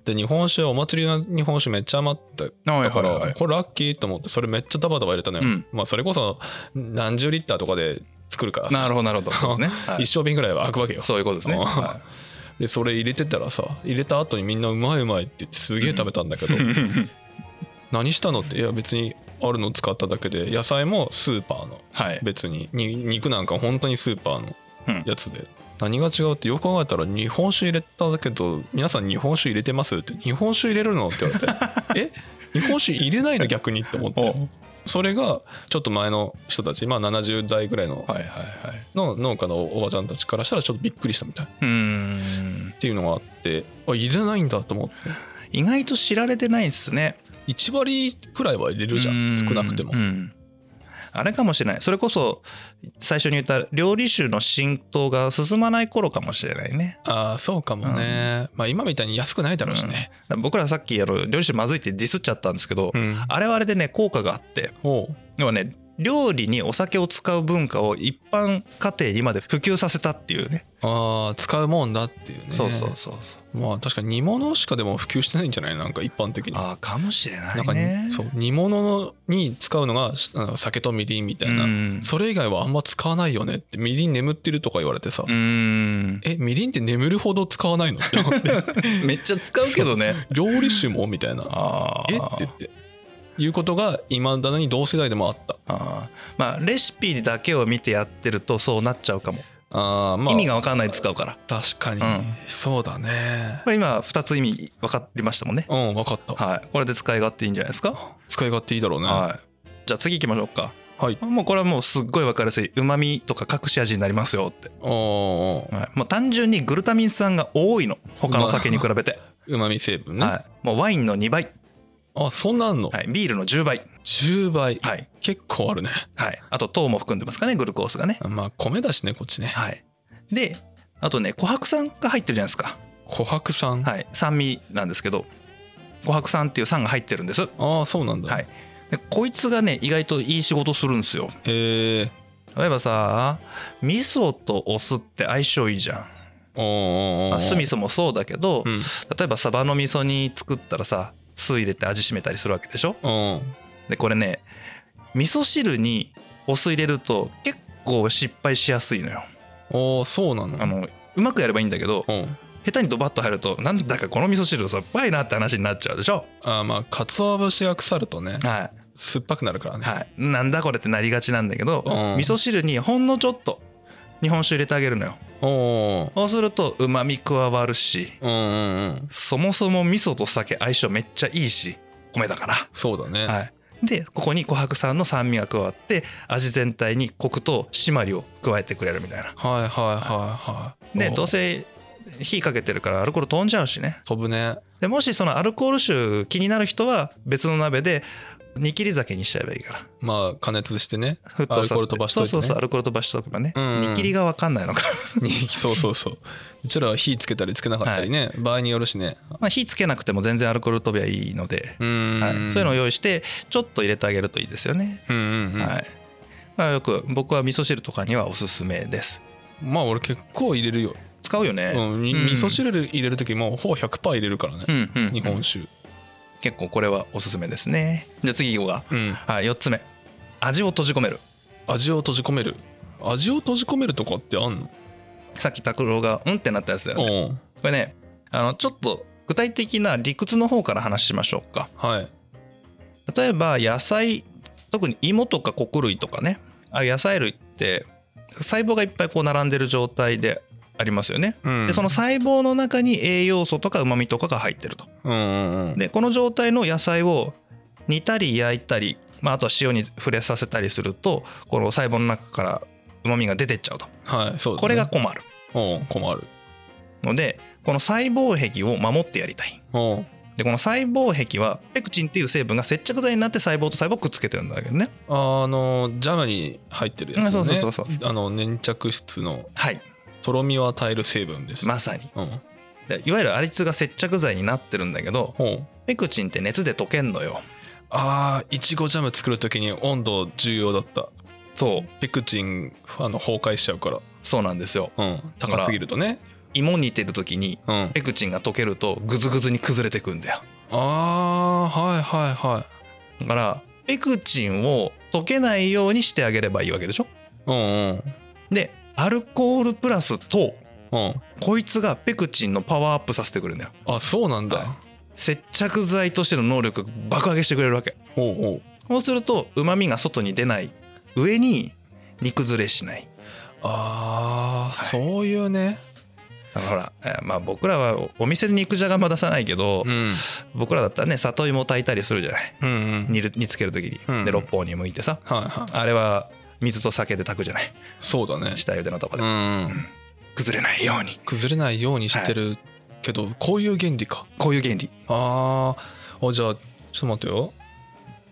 Speaker 1: で日本酒お祭りの日本酒めっちゃ余った
Speaker 2: はい
Speaker 1: だか
Speaker 2: はいは
Speaker 1: ら
Speaker 2: い
Speaker 1: これラッキーと思ってそれめっちゃダバダバ入れたのよ、
Speaker 2: うん
Speaker 1: まあそれこそ何十リッターとかで作るからさ
Speaker 2: なるほどなるほどそ うですね、はい、
Speaker 1: 一生瓶ぐらいは開くわけよ
Speaker 2: そういうことですね、
Speaker 1: あー
Speaker 2: は
Speaker 1: でそれ入れてたらさ入れた後にみんなうまいうまいって言ってすげえ食べたんだ けど、
Speaker 2: い
Speaker 1: 何したのっていや別にあるの使っただけで野菜もスーパーの
Speaker 2: はい、
Speaker 1: 別にに肉なんか本当にスーパーの
Speaker 2: うん
Speaker 1: やつで、何が違うってよく考えたら日本酒入れただけど皆さん日本酒入れてますって日本酒入れるのって言われ てえ日本酒入れないの逆にって思って
Speaker 2: おはい
Speaker 1: それがちょっと前の人たち、まあ、70代ぐらいの
Speaker 2: はいはい
Speaker 1: の農家のおばちゃんたちからしたらちょっとびっくりしたみたいっ
Speaker 2: うーん
Speaker 1: ていうのがあってあ入れないんだと思って
Speaker 2: 意外と知られてないですね
Speaker 1: 1割くらいは入れるじゃ
Speaker 2: うんん
Speaker 1: 少なくても
Speaker 2: うんあれかもしれないそれこそ最初に言った料理酒の浸透が進まない頃かもしれないね
Speaker 1: ああそうかもね、まあ今みたいに安くないだろうしね、
Speaker 2: だから僕らさっきあの料理酒まずいってディスっちゃったんですけど、
Speaker 1: うん
Speaker 2: あれはあれでね効果があって
Speaker 1: おう
Speaker 2: 要はね料理にお酒を使う文化を一般家庭にまで普及させたっていうね
Speaker 1: ああ使うもんだっていうね
Speaker 2: そうそうそうそう
Speaker 1: まあ確かに煮物しかでも普及してないんじゃないなんか一般的に。
Speaker 2: ああかもしれ
Speaker 1: なん
Speaker 2: な
Speaker 1: か
Speaker 2: いね
Speaker 1: そう煮物に使うのがあの酒とみりんみた
Speaker 2: う
Speaker 1: いな、
Speaker 2: ん
Speaker 1: それ以外はあんま使わないよねってみりん眠ってるとか言われてさ、
Speaker 2: うん
Speaker 1: えみりんって眠るほど使わないのって思 って
Speaker 2: めっちゃ使うけ どね
Speaker 1: 料理酒もみたいな
Speaker 2: あ
Speaker 1: えって
Speaker 2: あ
Speaker 1: 言っていうことがいまだに同世代でもあった
Speaker 2: ああまあレシピだけを見てやってるとそうなっちゃうかも、
Speaker 1: あーまあ
Speaker 2: 意味が分かんないで使うから
Speaker 1: 確かに、
Speaker 2: うん
Speaker 1: そうだね
Speaker 2: これ今2つ意味分かりましたもんね
Speaker 1: うん分かった、
Speaker 2: はいこれで使い勝手いいんじゃないですか
Speaker 1: 使い勝手いいだろうねは
Speaker 2: はいじゃあ次行きましょうか
Speaker 1: い、はい、
Speaker 2: もうこれはもうすっごい分かりやすいうまみとか隠し味になりますよって、
Speaker 1: おー
Speaker 2: はい、もう単純にグルタミン酸が多いの他の酒に比べて、
Speaker 1: うまみ成分ね、
Speaker 2: はい、もうワインの2倍、
Speaker 1: あそんなんあんの、
Speaker 2: はい、ビールの10倍
Speaker 1: 10倍、
Speaker 2: はい、
Speaker 1: 結構あるね
Speaker 2: はい、あと糖も含んでますかねグルコースがね
Speaker 1: まあ米だしねこっちね
Speaker 2: はいであとね琥珀酸が入ってるじゃないですか
Speaker 1: 琥珀酸、
Speaker 2: はい、酸味なんですけど琥珀酸っていう酸が入ってるんです
Speaker 1: ああそうなんだ、
Speaker 2: はいでこいつがね意外といい仕事するんですよ
Speaker 1: え
Speaker 2: 例えばさ味噌とお酢って相性いいじゃん、
Speaker 1: ー、おーおーおー
Speaker 2: まあ、酢味噌もそうだけど、
Speaker 1: うん
Speaker 2: 例えばサバの味噌煮作ったらさ酢入れて味しめたりするわけでしょ
Speaker 1: うん
Speaker 2: でこれね味噌汁にお酢入れると結構失敗しやすいのよ
Speaker 1: おーそうなの
Speaker 2: あのうまくやればいいんだけど
Speaker 1: うん
Speaker 2: 下手にドバッと入るとなんだかこの味噌汁酸っぱいなって話になっちゃうでしょ
Speaker 1: あーまあ鰹節が腐るとね
Speaker 2: はい
Speaker 1: 酸っぱくなるからね、
Speaker 2: はい、なんだこれってなりがちなんだけど、
Speaker 1: うん
Speaker 2: 味噌汁にほんのちょっと日本酒入れてあげるのよ
Speaker 1: おお
Speaker 2: そうするとうまみ加わるし
Speaker 1: うんうんうん
Speaker 2: そもそも味噌と酒相性めっちゃいいし米だか
Speaker 1: そうだね、
Speaker 2: ら、はい、でここに琥珀酸の酸味が加わって味全体にコクと締まりを加えてくれるみたいな
Speaker 1: はい、はいはいはい
Speaker 2: で
Speaker 1: おー
Speaker 2: どうせ火かけてるからアルコール飛んじゃうしね
Speaker 1: 飛ぶね
Speaker 2: でもしそのアルコール臭気になる人は別の鍋で煮切り酒にしちゃえばいいから
Speaker 1: まあ加熱してね
Speaker 2: 沸騰させて
Speaker 1: アルコール飛ばしといてね
Speaker 2: そうそうそうアルコール飛ばしとけばね、
Speaker 1: うん
Speaker 2: 煮切りが分かんないのか
Speaker 1: に そうそうそううちらは火つけたりつけなかったりね、場合によるしね
Speaker 2: まあ、火つけなくても全然アルコール飛びはいいので、
Speaker 1: うーん、
Speaker 2: はい、そういうのを
Speaker 1: の
Speaker 2: 用意してちょっと入れてあげるといいですよね、
Speaker 1: うんうんうん、
Speaker 2: はいまあ、よく僕は味噌汁とかにはおすすめです
Speaker 1: まあ俺結構入れるよ、
Speaker 2: 使うよね、
Speaker 1: うん、に
Speaker 2: うん
Speaker 1: 味噌汁入れる時もほぼ100%入れるからね、
Speaker 2: うんうん
Speaker 1: 日本酒
Speaker 2: 結構これはおすすめですねじゃあ次行こうか、
Speaker 1: うん
Speaker 2: はい、4つ目味を閉じ込める
Speaker 1: 味を閉じ込める味を閉じ込めるとかってあんの
Speaker 2: さっき拓郎がうんってなったやつだよね
Speaker 1: うん
Speaker 2: これねあのちょっと具体的な理屈の方から話しましょうか
Speaker 1: はい
Speaker 2: 例えば野菜特に芋とか穀類とかねああいう野菜類って細胞がいっぱいこう並んでる状態でありますよね。
Speaker 1: うん
Speaker 2: でその細胞の中に栄養素とかうまみとかが入ってると。
Speaker 1: うんうんうん
Speaker 2: でこの状態の野菜を煮たり焼いたり、まあ、あとは塩に触れさせたりするとこの細胞の中からうまみが出てっちゃうと
Speaker 1: はいそうだね
Speaker 2: これが困る
Speaker 1: うん困る
Speaker 2: のでこの細胞壁を守ってやりたい。
Speaker 1: うん
Speaker 2: でこの細胞壁はペクチンっていう成分が接着剤になって細胞と細胞をくっつけてるんだけどね。
Speaker 1: あのジャムに入ってるやつ、ね、
Speaker 2: うんそうそうそうそう
Speaker 1: あの粘着質の
Speaker 2: はい
Speaker 1: とろみを与える成分です、
Speaker 2: まさに
Speaker 1: うん
Speaker 2: でいわゆるあいつが接着剤になってるんだけど
Speaker 1: ほう
Speaker 2: ペクチンって熱で溶けんのよ
Speaker 1: あーいちごジャム作る時に温度重要だった
Speaker 2: そう
Speaker 1: ペクチンあの崩壊しちゃうから、
Speaker 2: そうなんですよ
Speaker 1: うん、高すぎるとね、
Speaker 2: 芋煮てる時に
Speaker 1: うん、あ
Speaker 2: ペクチンが溶けるとグズグズに崩れてくんだよ
Speaker 1: あーはいはいは
Speaker 2: だからペクチンを溶けないようにしてあげればいいわけでしょ
Speaker 1: いうん
Speaker 2: でアルコールプラス糖
Speaker 1: うんうん
Speaker 2: こいつがペクチンのパワーアップさせてくれるんだよ
Speaker 1: あそうなんだ、
Speaker 2: は接着剤としての能力爆上げしてくれるわけ
Speaker 1: おうおう
Speaker 2: そうするとうまみが外に出ない上に煮崩れしない
Speaker 1: ああ、そういうね
Speaker 2: だからほら、えーまあ、僕らはお店で肉じゃがま出さないけど、
Speaker 1: うん
Speaker 2: 僕らだったらね里芋炊いたりするじゃない
Speaker 1: うんうん
Speaker 2: 煮る煮つける時に、
Speaker 1: うん
Speaker 2: で六方に剥いてさ
Speaker 1: はいはい
Speaker 2: あれは水と酒で炊くじゃない
Speaker 1: そうだね
Speaker 2: 下茹でのとこ
Speaker 1: う
Speaker 2: で
Speaker 1: んうん
Speaker 2: 崩れないように
Speaker 1: 崩れないようにしてるけど、こういう原理か
Speaker 2: こういう原理
Speaker 1: あーあじゃあちょっと待ってよ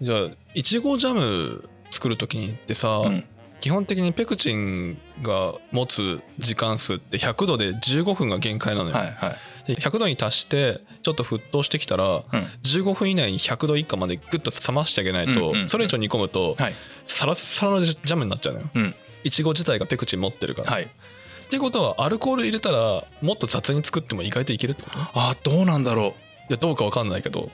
Speaker 1: じゃあいちごジャム作る時にってさ、
Speaker 2: うん
Speaker 1: 基本的にペクチンが持つ時間数って100度で15分が限界なのよ、
Speaker 2: はいはい
Speaker 1: で100度に達してちょっと沸騰してきたら
Speaker 2: うん
Speaker 1: 15分以内に100度以下までグッと冷ましてあげないと、
Speaker 2: うんうん
Speaker 1: それ以上煮込むと
Speaker 2: はい
Speaker 1: サラッサラのジャムになっちゃうのよ
Speaker 2: うん
Speaker 1: いちご自体がペクチン持ってるから、
Speaker 2: はい
Speaker 1: っていうことはアルコール入れたらもっと雑に作っても意外といけるってことい
Speaker 2: あーどうなんだろ
Speaker 1: やどうかわかんないけど、
Speaker 2: う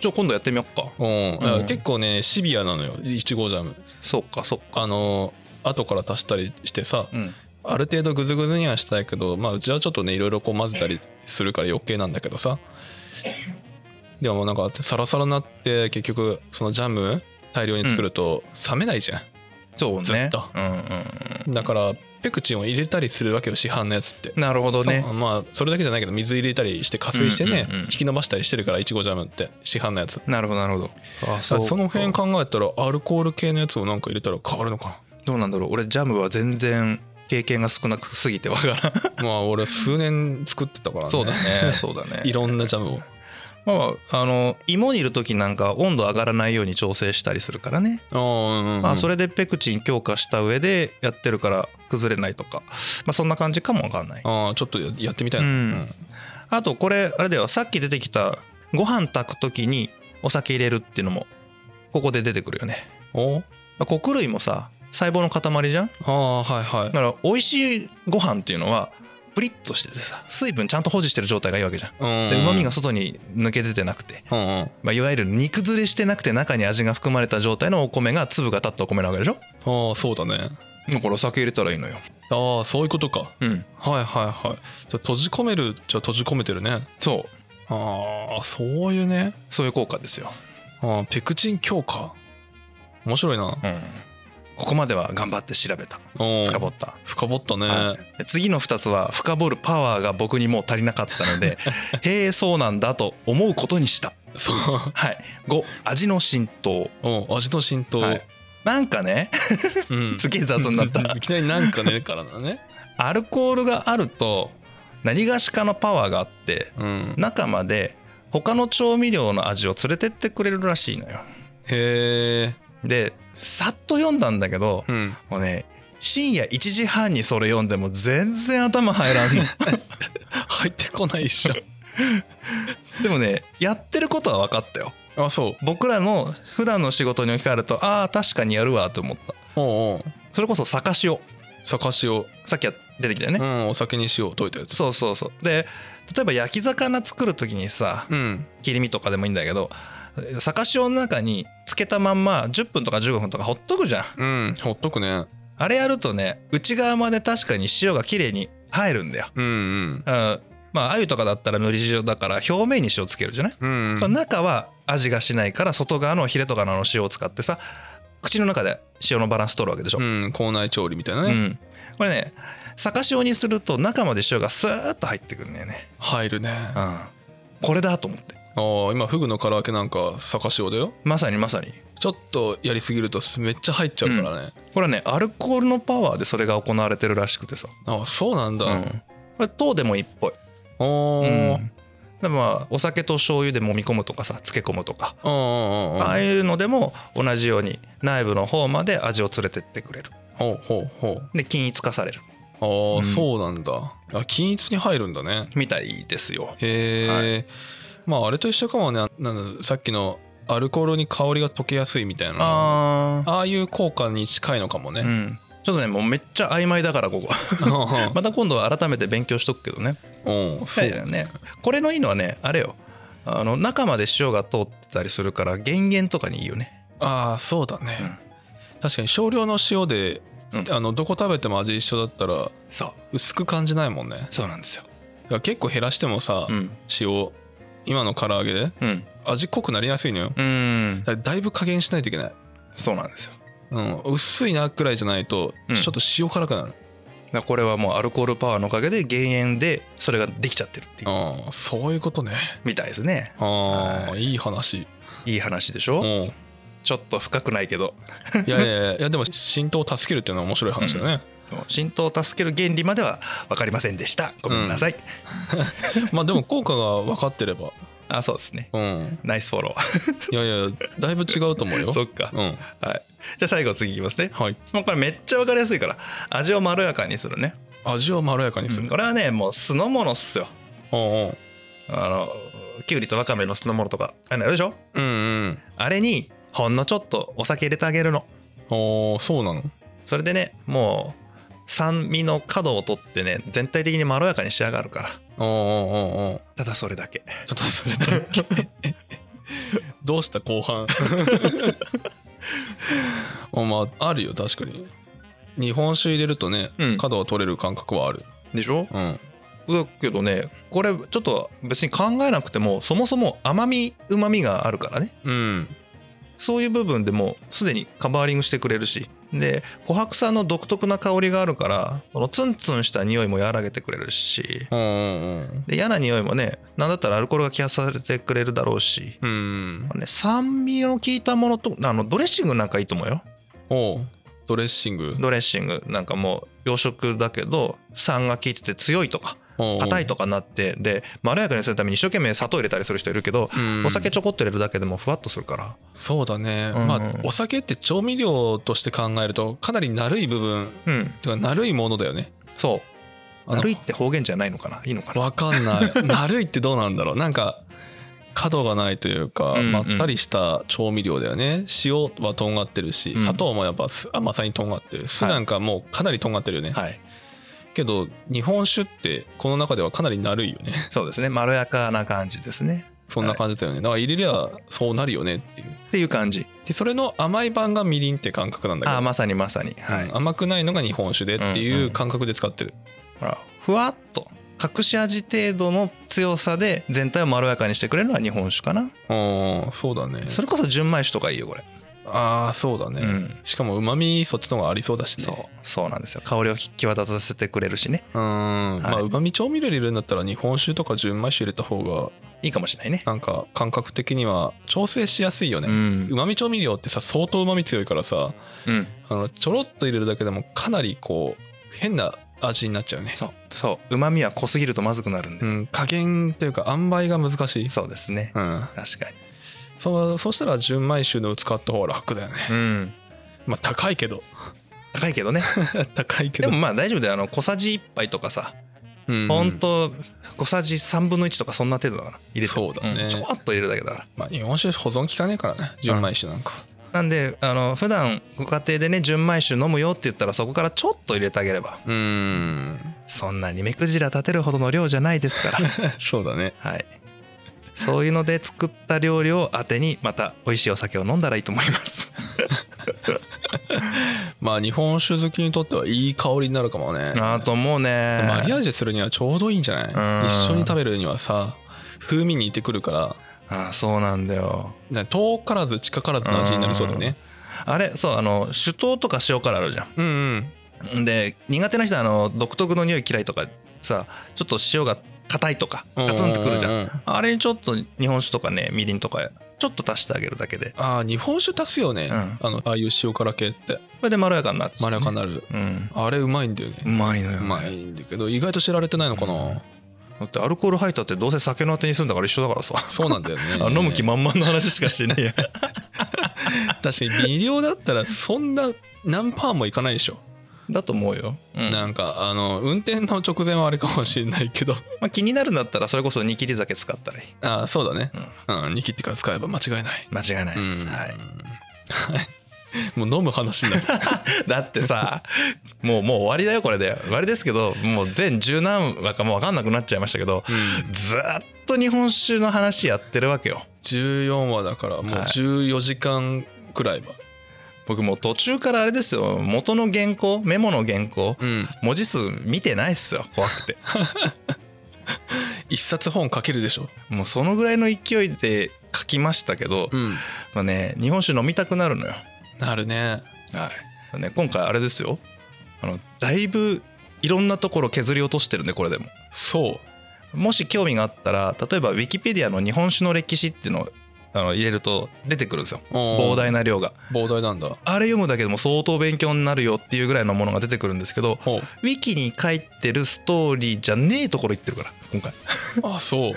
Speaker 2: じゃあ今度やってみよっか
Speaker 1: うんいや
Speaker 2: うん
Speaker 1: 結構ねシビアなのよいちごジャム
Speaker 2: そうかそうか
Speaker 1: あの後から足したりしてさ
Speaker 2: うん
Speaker 1: ある程度グズグズにはしたいけどまあうちはちょっとねいろいろこう混ぜたりするから余計なんだけどさでもなんかサラサラになって結局そのジャム大量に作ると冷めないじゃん、
Speaker 2: そうね
Speaker 1: ずっと
Speaker 2: うんうんうん
Speaker 1: だからペクチンを入れたりするわけよ市販のやつって
Speaker 2: なるほどね
Speaker 1: そうまあそれだけじゃないけど水入れたりして加水してね、
Speaker 2: うんうんうん
Speaker 1: 引き伸ばしたりしてるからいちごジャムって市販のやつ
Speaker 2: なるほどなるほどあ
Speaker 1: その辺考えたらアルコール系のやつをなんか入れたら変わるのか
Speaker 2: どうなんだろう俺ジャムは全然経験が少なくすぎてわからん
Speaker 1: なまあ俺数年作ってたからね
Speaker 2: ね そうだね
Speaker 1: いろんなジャムを
Speaker 2: まああの芋煮る時なんか温度上がらないように調整したりするからね
Speaker 1: ああうんうん、
Speaker 2: まあそれでペクチン強化した上でやってるから崩れないとかまあそんな感じかもわかんない
Speaker 1: ああちょっとやってみたいな、
Speaker 2: うんあとこれあれだよさっき出てきたご飯炊く時にお酒入れるっていうのもここで出てくるよね
Speaker 1: お
Speaker 2: まあ穀類もさ細胞の塊じゃん
Speaker 1: ああはいはい
Speaker 2: だから美味しいご飯っていうのはプリッとしててさ水分ちゃんと保持してる状態がいいわけじゃん
Speaker 1: うん
Speaker 2: うまみが外に抜け出てなくて、
Speaker 1: うんうん
Speaker 2: まあ、いわゆる煮崩れしてなくて中に味が含まれた状態のお米が粒が立ったお米なわけでしょ
Speaker 1: ああそうだね
Speaker 2: だからお酒入れたらいいのよ
Speaker 1: ああそういうことか
Speaker 2: うん
Speaker 1: はいはいはいじゃあ閉じ込めるじゃあ閉じ込めてるね
Speaker 2: そう
Speaker 1: ああそういうね
Speaker 2: そういう効果ですよ、
Speaker 1: ああペクチン強化面白いな
Speaker 2: うん、ここまでは頑張って調べた
Speaker 1: おー
Speaker 2: 深掘った、
Speaker 1: 深掘ったね、
Speaker 2: はいで次の2つは深掘るパワーが僕にもう足りなかったの でへえそうなんだと思うことにした
Speaker 1: そう
Speaker 2: はい5味の浸透
Speaker 1: お味の浸透、
Speaker 2: はいなんかね
Speaker 1: うん
Speaker 2: すげえ雑になった
Speaker 1: いきなりなんかねからだね
Speaker 2: アルコールがあると何がしかのパワーがあって
Speaker 1: うん
Speaker 2: 中まで他の調味料の味を連れてってくれるらしいのよ
Speaker 1: へえ
Speaker 2: でさっと読んだんだけど
Speaker 1: うん
Speaker 2: もうね深夜1時半にそれ読んでも全然頭入ら んの
Speaker 1: 入ってこないっしょ
Speaker 2: でもねやってることは分かったよ
Speaker 1: あそう
Speaker 2: 僕らの普段の仕事に置き換えるとああ確かにやるわと思った
Speaker 1: おうおう
Speaker 2: それこそ酒塩
Speaker 1: 酒塩
Speaker 2: さっきは出てきたよね、
Speaker 1: うんお酒に塩を溶いたやつ
Speaker 2: そうそうそうで例えば焼き魚作る時にさ
Speaker 1: うん
Speaker 2: 切り身とかでもいいんだけど酒塩の中につけたまんま10分とか15分とかほっとくじゃん
Speaker 1: うんほっとくね
Speaker 2: あれやるとね内側まで確かに塩が綺麗に入るんだよ。
Speaker 1: うんうん
Speaker 2: うん、まあ鮎とかだったら塗り塩だから表面に塩つけるじゃない、
Speaker 1: うんうん
Speaker 2: その中は味がしないから外側のヒレとかの塩を使ってさ口の中で塩のバランス取るわけでしょ。
Speaker 1: うん校内調理みたいな
Speaker 2: う
Speaker 1: ね、
Speaker 2: んこれね酒塩にすると中まで塩がスーッと入ってくるんだよね。
Speaker 1: 入るね
Speaker 2: う
Speaker 1: あ
Speaker 2: ん、これだと思って
Speaker 1: あ今フグの唐揚げなんか酒塩だよ
Speaker 2: まさにまさに
Speaker 1: ちょっとやりすぎるとめっちゃ入っちゃうからね、
Speaker 2: これはねアルコールのパワーでそれが行われてるらしくてさ、
Speaker 1: あそうなんだ、
Speaker 2: うんこれ糖でもいいっぽい。
Speaker 1: おおー、
Speaker 2: うんでもまあお酒と醤油で揉み込むとかさ漬け込むとか、
Speaker 1: うんうんうんうん
Speaker 2: ああいうのでも同じように内部の方まで味を連れてってくれる
Speaker 1: ほうほうほう
Speaker 2: で均一化される
Speaker 1: ああ、
Speaker 2: うん
Speaker 1: そうなんだあ均一に入るんだね
Speaker 2: みたいですよ
Speaker 1: へえ、まああれと一緒かもねなんださっきのアルコールに香りが溶けやすいみたいな
Speaker 2: ああ
Speaker 1: ああいう効果に近いのかも
Speaker 2: う
Speaker 1: ね、
Speaker 2: んちょっとねもうめっちゃ曖昧だからここ また今度は改めて勉強しとくけどね
Speaker 1: うん、うん
Speaker 2: い
Speaker 1: そう
Speaker 2: やいやねこれのいいのはねあれよあの中まで塩が通ってたりするから減塩とかにいいよね
Speaker 1: ああそうだね、確かに少量の塩で、
Speaker 2: うん
Speaker 1: あのどこ食べても味一緒だったら
Speaker 2: そう
Speaker 1: 薄く感じないもんね
Speaker 2: そうなんですよ
Speaker 1: だから結構減らしてもさ、
Speaker 2: うん
Speaker 1: 塩今の唐揚げで
Speaker 2: うん
Speaker 1: 味濃くなりやすいのよだ
Speaker 2: うん
Speaker 1: からだいぶ加減しないといけない、
Speaker 2: そうなんですよ
Speaker 1: うん、薄いなくらいじゃないと
Speaker 2: うん
Speaker 1: ちょっと塩辛くなる、
Speaker 2: だからこれはもうアルコールパワーのおかげで減塩でそれができちゃってるっていう
Speaker 1: ああそういうことね
Speaker 2: みたいですね
Speaker 1: ああ
Speaker 2: はい
Speaker 1: い話
Speaker 2: いい話でし
Speaker 1: う
Speaker 2: ょ
Speaker 1: ん
Speaker 2: ちょっと深くないけど
Speaker 1: いやいやいやいやでも浸透を助けるっていうのは面白い話だね、
Speaker 2: 浸透を助ける原理までは分かりませんでしたごめんなさい、
Speaker 1: まあでも効果が分かってれば
Speaker 2: あそうですね
Speaker 1: うん
Speaker 2: ナイスフォロー
Speaker 1: いやいやだいぶ違うと思うよ
Speaker 2: そっか、
Speaker 1: うん
Speaker 2: はいじゃあ最後次いきますね
Speaker 1: はい
Speaker 2: もうこれめっちゃ分かりやすいから味をまろやかにするね
Speaker 1: 味をまろやかにする、
Speaker 2: これはねもう酢の物っすよ
Speaker 1: おうおう
Speaker 2: あのきゅうりとわかめの酢の物とかあれあるでしょ
Speaker 1: うんうん
Speaker 2: あれにほんのちょっとお酒入れてあげるの
Speaker 1: おーそうなの
Speaker 2: それでねもう酸味の角を取ってね全体的にまろやかに仕上がるから
Speaker 1: おーおーおーおー
Speaker 2: ただそれだけ
Speaker 1: ちょっとそれだけ どうした後半 おまああるよ確かに日本酒入れるとね、
Speaker 2: うん
Speaker 1: 角を取れる感覚はある
Speaker 2: でしょ
Speaker 1: うん
Speaker 2: だけどねこれちょっと別に考えなくてもそもそも甘みうまみがあるからね
Speaker 1: うん
Speaker 2: そういう部分でもうすでにカバーリングしてくれるしで琥珀酸の独特な香りがあるからこのツンツンした匂いも和らげてくれるし
Speaker 1: うんうん
Speaker 2: で嫌な匂いもねなんだったらアルコールが揮発させてくれるだろうし、
Speaker 1: うんうん
Speaker 2: ね、酸味の効いたものとあのドレッシングなんかいいと思うよ
Speaker 1: おうドレッシング
Speaker 2: ドレッシングなんかもう洋食だけど酸が効いてて強いとか
Speaker 1: おう
Speaker 2: 硬いとかなってでまろやかにするために一生懸命砂糖入れたりする人いるけど、
Speaker 1: うん
Speaker 2: お酒ちょこっと入れるだけでもふわっとするから
Speaker 1: そうだね、
Speaker 2: うんうん
Speaker 1: まあお酒って調味料として考えるとかなりなるい部分
Speaker 2: うん
Speaker 1: てかなるいものだよね
Speaker 2: そ
Speaker 1: あの
Speaker 2: うなるいって方言じゃないのかないいのかな
Speaker 1: わかん ない。なるいってどうなんだろう。なんか角がないというか、
Speaker 2: うんうん
Speaker 1: まったりした調味料だよね。塩はとんがってるし
Speaker 2: う、ん
Speaker 1: 砂糖もやっぱす甘さにとんがってる。酢
Speaker 2: はい
Speaker 1: なんかもうかなりとんがってるよね。
Speaker 2: はい
Speaker 1: けど日本酒ってこの中ではかなりなるいよね。
Speaker 2: そうですねまろやかな感じですね
Speaker 1: そんな感じだよね。だから入れりゃそうなるよねっていう。
Speaker 2: っていう感じ
Speaker 1: でそれの甘い版がみりんって感覚なんだけど
Speaker 2: あ。まさにまさにはい、
Speaker 1: うん甘くないのが日本酒でって
Speaker 2: うん
Speaker 1: いううん感覚で使ってる、
Speaker 2: ほらふわっと隠し味程度の強さで全体をまろやかにしてくれるのは日本酒かな、
Speaker 1: うん、そうだね
Speaker 2: それこそ純米酒とかいいよこれ、
Speaker 1: ああそうだね、
Speaker 2: うん
Speaker 1: しかもうまみそっちの方がありそうだしね
Speaker 2: そうそうなんですよ香りを際立たせてくれるしね
Speaker 1: うーん、
Speaker 2: はい
Speaker 1: まあうまみ調味料入れるんだったら日本酒とか純米酒入れた方が
Speaker 2: いいかもしれないね
Speaker 1: なんか感覚的には調整しやすいよ
Speaker 2: う、
Speaker 1: ねうんま、み調味料ってさ相当うまみ強いからさ
Speaker 2: うん、
Speaker 1: あのちょろっと入れるだけでもかなりこう変な味になっちゃうね
Speaker 2: そうそううまみは濃すぎるとまずくなるんで、
Speaker 1: うん加減というか塩梅が難しい
Speaker 2: そうですね
Speaker 1: うん
Speaker 2: 確かに
Speaker 1: そうそうしたら純米酒の使った方が楽だよね
Speaker 2: うん
Speaker 1: まあ高いけど
Speaker 2: 高いけどね
Speaker 1: 高いけ
Speaker 2: で
Speaker 1: ど
Speaker 2: もまあ大丈夫だよあの小さじ1杯とかさ
Speaker 1: うん
Speaker 2: ほんと小さじ3分の1とかそんな程度だから入れて
Speaker 1: そうだね
Speaker 2: んちょこっと入れるだけだから
Speaker 1: まあ、日本酒保存効かねえからね純米酒なんか
Speaker 2: なんであの普段ご家庭でね純米酒飲むよって言ったらそこからちょっと入れてあげれば
Speaker 1: うーん
Speaker 2: そんなに目くじら立てるほどの量じゃないですから
Speaker 1: そうだね
Speaker 2: はいそういうので作った料理をあてにまた美味しいお酒を飲んだらいいと思います
Speaker 1: まあ日本酒好きにとってはいい香りになるかもね
Speaker 2: あともうね
Speaker 1: マリアージュするにはちょうどいいんじゃない
Speaker 2: うん
Speaker 1: 一緒に食べるにはさ風味に似てくるから
Speaker 2: あそうなんだよ
Speaker 1: な遠からず近からずの味になりそうだよね
Speaker 2: あれそうあの酒盗とか塩辛あるじゃん
Speaker 1: うんうん
Speaker 2: で苦手な人はあの独特の匂い嫌いとかさちょっと塩が硬いとかガツンってくるじゃん
Speaker 1: ううう
Speaker 2: あれにちょっと日本酒とかねみりんとかちょっと足してあげるだけで
Speaker 1: ああ日本酒足すよね、
Speaker 2: うん
Speaker 1: あのああいう塩辛系って
Speaker 2: これでまろやかになって
Speaker 1: まろやかになる、
Speaker 2: うん
Speaker 1: あれうまいんだよね
Speaker 2: うまいのよ、
Speaker 1: うまいんだけど意外と知られてないのかな、
Speaker 2: だってアルコール入ったってどうせ酒のあてにするんだから一緒だからさ
Speaker 1: そうなんだよね
Speaker 2: あ飲む気満々の話しかしてないや
Speaker 1: 確かに微量だったらそんな何パーもいかないでしょ
Speaker 2: だと思うよ、うん
Speaker 1: なんかあの運転の直前はあれかもしれないけど
Speaker 2: まあ、気になるんだったらそれこそ煮切り酒使ったらいい
Speaker 1: ああそうだねうん煮切ってから使えば間違いない
Speaker 2: 間違いないです、
Speaker 1: うん
Speaker 2: はい、
Speaker 1: はいもう飲む話に なっちゃう
Speaker 2: だってさもうもう終わりだよこれで終わりですけどもう全十何話かもう分かんなくなっちゃいましたけど、ずーっと日本酒の話やってるわけよ
Speaker 1: 14話だからもう
Speaker 2: はい
Speaker 1: 14時間くらいは、
Speaker 2: 僕もう途中からあれですよ元の原稿メモの原稿、
Speaker 1: うん
Speaker 2: 文字数見てないっすよ怖くて
Speaker 1: 一冊本書けるでしょ
Speaker 2: もうそのぐらいの勢いで書きましたけど、
Speaker 1: ん
Speaker 2: まあね日本酒飲みたくなるのよ
Speaker 1: なるね
Speaker 2: はい、ね、今回あれですよあのだいぶいろんなところ削り落としてるんでこれでも
Speaker 1: そう
Speaker 2: もし興味があったら例えばウィキペディアの日本酒の歴史っていうのをあの入れると出てくるんですよ
Speaker 1: おー
Speaker 2: 膨大な量が
Speaker 1: 膨大なんだ
Speaker 2: あれ読むだけでも相当勉強になるよっていうぐらいのものが出てくるんですけど
Speaker 1: ほう
Speaker 2: ウィキに書いてるストーリーじゃねえところ行ってるから今回
Speaker 1: あそう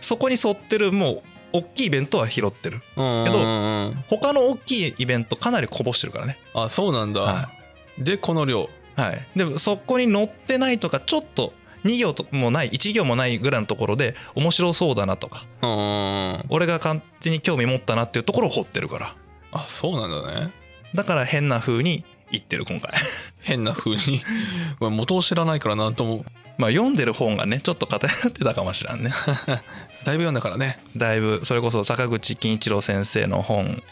Speaker 2: そこに沿ってるもう大きいイベントは拾ってる
Speaker 1: うんうんうんうん
Speaker 2: 他の大きいイベントかなりこぼしてるからね
Speaker 1: あそうなんだ、
Speaker 2: は
Speaker 1: でこの量
Speaker 2: はい、でもそこに載ってないとかちょっと2行ともない1行もないぐらいのところで面白そうだなとか
Speaker 1: うんうんうん
Speaker 2: 俺が勝手に興味持ったなっていうところを掘ってるから
Speaker 1: あそうなんだね
Speaker 2: だから変な風に言ってる今回
Speaker 1: 変な風に まあ元を知らないからなんとも
Speaker 2: まあ読んでる本がねちょっと偏ってたかもしら んね
Speaker 1: だいぶ読んだからね
Speaker 2: だいぶそれこそ坂口金一郎先生の本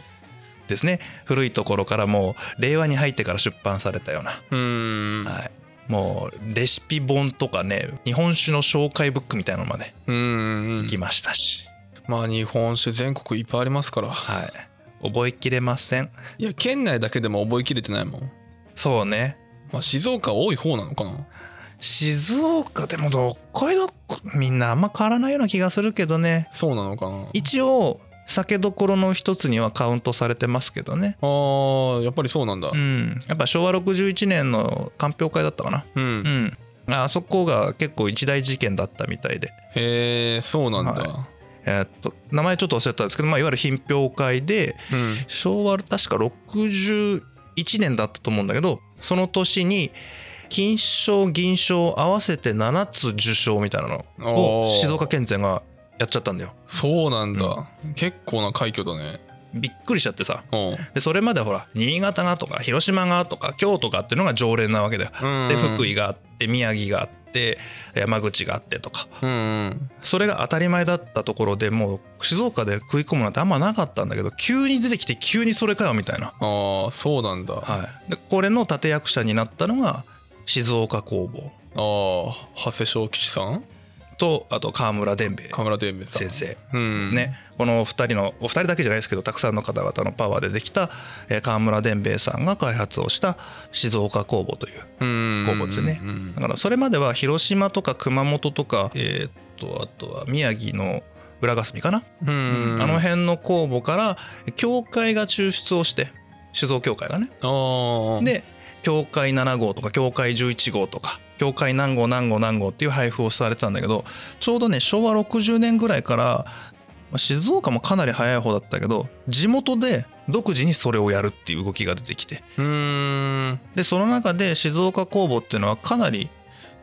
Speaker 2: ですね古いところからもう令和に入ってから出版されたような
Speaker 1: うーん
Speaker 2: はいもうレシピ本とかね日本酒の紹介ブックみたいなのまで
Speaker 1: うんうんうん
Speaker 2: 行きましたし、
Speaker 1: まあ日本酒全国いっぱいありますから
Speaker 2: はい覚えきれません
Speaker 1: いや県内だけでも覚えきれてないもん、
Speaker 2: そうね
Speaker 1: まあ、静岡多い方なのかな
Speaker 2: 静岡でもどっこいどっこみんなあんま変わらないような気がするけどね
Speaker 1: そうなのかな
Speaker 2: 一応酒どころの一つにはカウントされてますけどね
Speaker 1: あーやっぱりそうなんだ
Speaker 2: うんやっぱ昭和61年の鑑評会だったかな
Speaker 1: うん、
Speaker 2: うんああそこが結構一大事件だったみたいで
Speaker 1: へえそうなんだ、
Speaker 2: はえーっと名前ちょっと忘れたんですけど、まあ、いわゆる品評会で
Speaker 1: うん
Speaker 2: 昭和確か61年だったと思うんだけどその年に金賞銀賞合わせて7つ受賞みたいなの
Speaker 1: お
Speaker 2: を
Speaker 1: ー
Speaker 2: 静岡県勢がやっちゃったんだよ
Speaker 1: そうなんだ、結構な快挙だね
Speaker 2: びっくりしちゃってさ
Speaker 1: うん
Speaker 2: でそれまでほら新潟がとか広島がとか京都がっていうのが常連なわけだよ
Speaker 1: うん
Speaker 2: で福井があって宮城があって山口があってとか
Speaker 1: うんうん
Speaker 2: それが当たり前だったところでもう静岡で食い込むなんてあんまなかったんだけど急に出てきて急にそれかよみたいな
Speaker 1: ああそうなんだ、あ
Speaker 2: はい、でこれの立役者になったのが静岡工房
Speaker 1: あ長谷正吉さん
Speaker 2: とあと川村伝兵衛
Speaker 1: 河村伝兵衛さん
Speaker 2: 先生で
Speaker 1: うん
Speaker 2: すね、この2人のお二人だけじゃないですけどたくさんの方々のパワーでできたえー川村伝兵衛さんが開発をした静岡工房という
Speaker 1: うん
Speaker 2: 工房ですね
Speaker 1: うんうん
Speaker 2: だからそれまでは広島とか熊本とかえーっとあとは宮城の浦霞かな、
Speaker 1: うん
Speaker 2: あの辺の工房から教会が抽出をして酒造協会がね
Speaker 1: ああ
Speaker 2: で教会7号とか教会11号とか教会何号何号何号っていう配布をされてたんだけどちょうどね昭和60年ぐらいからまあ静岡もかなり早い方だったけど地元で独自にそれをやるっていう動きが出てきて
Speaker 1: うん
Speaker 2: でその中で静岡工房っていうのはかなり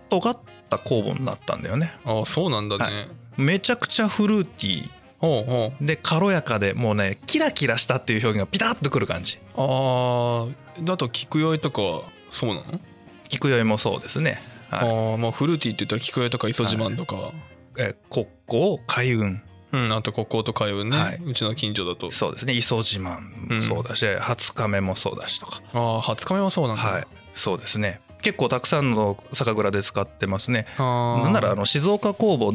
Speaker 2: 尖った工房になったんだよね
Speaker 1: ああそうなんだね、
Speaker 2: めちゃくちゃフルーティー
Speaker 1: ほうほ
Speaker 2: で軽やかでもうねキラキラしたっていう表現がピタッとくる感じ
Speaker 1: うああだと菊酔いとかはそうなの、
Speaker 2: 菊酔いもそうですね、はい
Speaker 1: ああまあフルーティーって言ったら菊酔いとか磯自慢とか、
Speaker 2: え国交開運
Speaker 1: うんあと国交と海運ね、
Speaker 2: はいう
Speaker 1: ちの近所だと
Speaker 2: そうですね磯自慢もそうだし、20日目もそうだしとか、
Speaker 1: ああ20日目もそうなんだ、
Speaker 2: はいそうですね結構たくさんの酒蔵で使ってますね
Speaker 1: ああ
Speaker 2: なんならあの静岡工房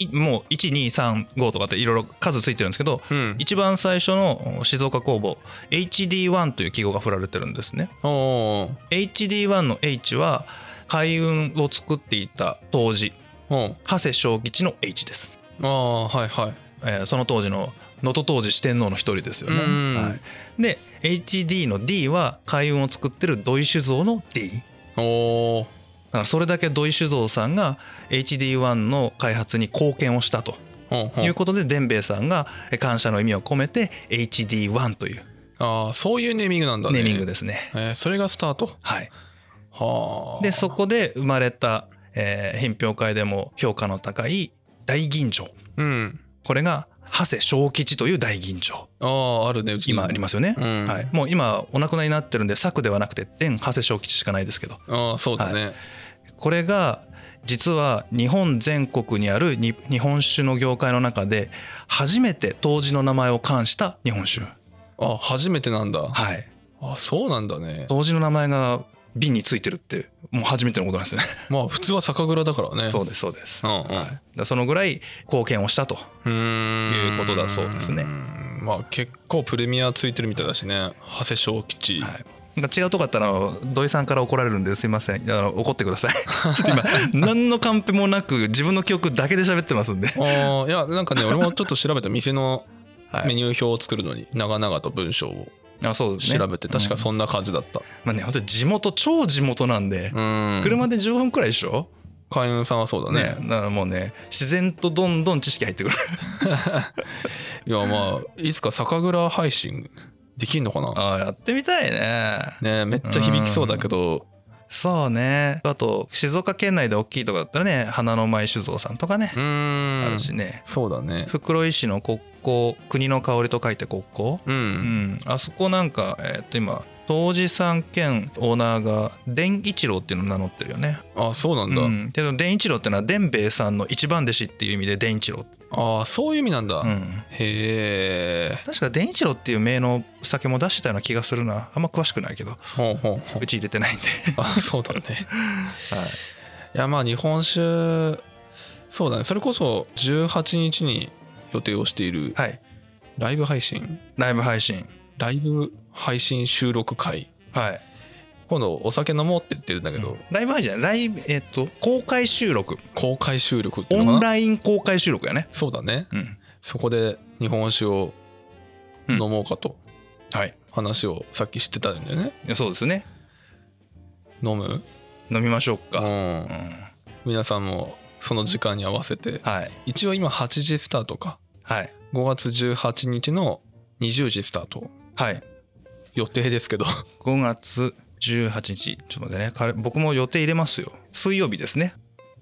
Speaker 2: いもう1235とかっていろいろ数ついてるんですけど
Speaker 1: うん
Speaker 2: 一番最初の静岡工房 HD1 という記号が振られてるんですね
Speaker 1: おお
Speaker 2: HD1 の H は海運を作っていた当時
Speaker 1: お
Speaker 2: 長谷正吉の H です
Speaker 1: ああはいはい
Speaker 2: えーその当時の能登当時四天王の一人ですよね。
Speaker 1: うん
Speaker 2: はい、で HD の D は海運を作ってる土井酒造の D。だ
Speaker 1: おお
Speaker 2: からそれだけ土井酒造さんが HD1 の開発に貢献をしたと
Speaker 1: ほうほう
Speaker 2: いうことで伝兵衛さんがえー感謝の意味を込めて HD1 という
Speaker 1: ああそういうネーミングなんだね
Speaker 2: ネーミングですね。
Speaker 1: えーそれがスタート
Speaker 2: はい、
Speaker 1: はあ
Speaker 2: でそこで生まれた、えー品評会でも評価の高い大吟醸
Speaker 1: うん
Speaker 2: これが長谷小吉という大吟醸
Speaker 1: あああるねうちに
Speaker 2: 今ありますよね、
Speaker 1: うん
Speaker 2: はい、もう今お亡くなりになってるんで作ではなくて伝長谷小吉しかないですけど
Speaker 1: ああそうだね、
Speaker 2: これが実は日本全国にあるに日本酒の業界の中で初めて当時の名前を冠した日本酒
Speaker 1: あ初めてなんだ
Speaker 2: はい
Speaker 1: あそうなんだね
Speaker 2: 当時の名前が瓶についてるってもう初めてのことなんですね
Speaker 1: まあ普通は酒蔵だからね
Speaker 2: そううですそうです、
Speaker 1: うんうん
Speaker 2: はい、だからそのぐらい貢献をしたと
Speaker 1: うーん
Speaker 2: いうことだそうですね
Speaker 1: んまあ結構プレミアついてるみたいだしね長谷小吉、
Speaker 2: はいなんか違うとこあったらあの土井さんから怒られるんですいませんあの怒ってく ださいちょっと今何のカンペもなく自分の記憶だけで喋ってます んで、
Speaker 1: ああいやなんかね俺もちょっと調べた店の
Speaker 2: は
Speaker 1: メ
Speaker 2: い、
Speaker 1: ニュー表を作るのに長々と文章を
Speaker 2: あそうですね
Speaker 1: 調べて確かそんな感じだった
Speaker 2: まあね本当に地元超地元なんで、
Speaker 1: うん
Speaker 2: 車で15分くらいでしょ
Speaker 1: 海運さんはそうだね
Speaker 2: ねだからもうね自然とどんどん知識入ってくる
Speaker 1: いやまあいつか酒蔵配信できんのかな
Speaker 2: ああやってみたいね
Speaker 1: ねめっちゃ響きそうだけど
Speaker 2: そうねあと静岡県内で大きいとこだったらね花の舞酒造さんとかね
Speaker 1: う、
Speaker 2: あ
Speaker 1: ーん
Speaker 2: るしね
Speaker 1: そうだね
Speaker 2: 袋井市の国交国の香りと書いて国交
Speaker 1: う
Speaker 2: うんん、あそこなんか、えーっと今当時さん兼オーナーが伝一郎っていうのを名乗ってるよね。
Speaker 1: あそうなんだ、
Speaker 2: うん、でその伝一郎ってのは伝兵衛さんの一番弟子っていう意味で伝一郎、
Speaker 1: ああそういう意味なんだ、
Speaker 2: う
Speaker 1: へ
Speaker 2: ん、
Speaker 1: え
Speaker 2: 確か伝一郎っていう名のお酒も出してたような気がするなあんま詳しくないけど
Speaker 1: ほうほうほう
Speaker 2: うち入れてない んで、
Speaker 1: あそうだね
Speaker 2: はい、
Speaker 1: いやまあ日本酒そうだねそれこそ18日に予定をしている
Speaker 2: はい、
Speaker 1: ライブ配信
Speaker 2: ライブ配信
Speaker 1: ライブ配信収録会
Speaker 2: はい
Speaker 1: 今度お酒飲もうって言ってるんだけど、
Speaker 2: ライブ配信じゃないライブえーっと公開収録
Speaker 1: 公開収録っていうのかな
Speaker 2: オンライン公開収録やね
Speaker 1: そうだね
Speaker 2: うん
Speaker 1: そこで日本酒を飲もうかと
Speaker 2: はい
Speaker 1: 話をさっきしてたんだよね、
Speaker 2: いやそうですね
Speaker 1: 飲む
Speaker 2: 飲みましょう
Speaker 1: う
Speaker 2: か、うん
Speaker 1: ん皆さんもその時間に合わせて
Speaker 2: はい
Speaker 1: 一応今8時スタートか
Speaker 2: はい
Speaker 1: 5月18日の20時スタート
Speaker 2: はい
Speaker 1: 予定ですけど
Speaker 2: 5月18日ちょっと待ってね彼僕も予定入れますよ水曜日ですね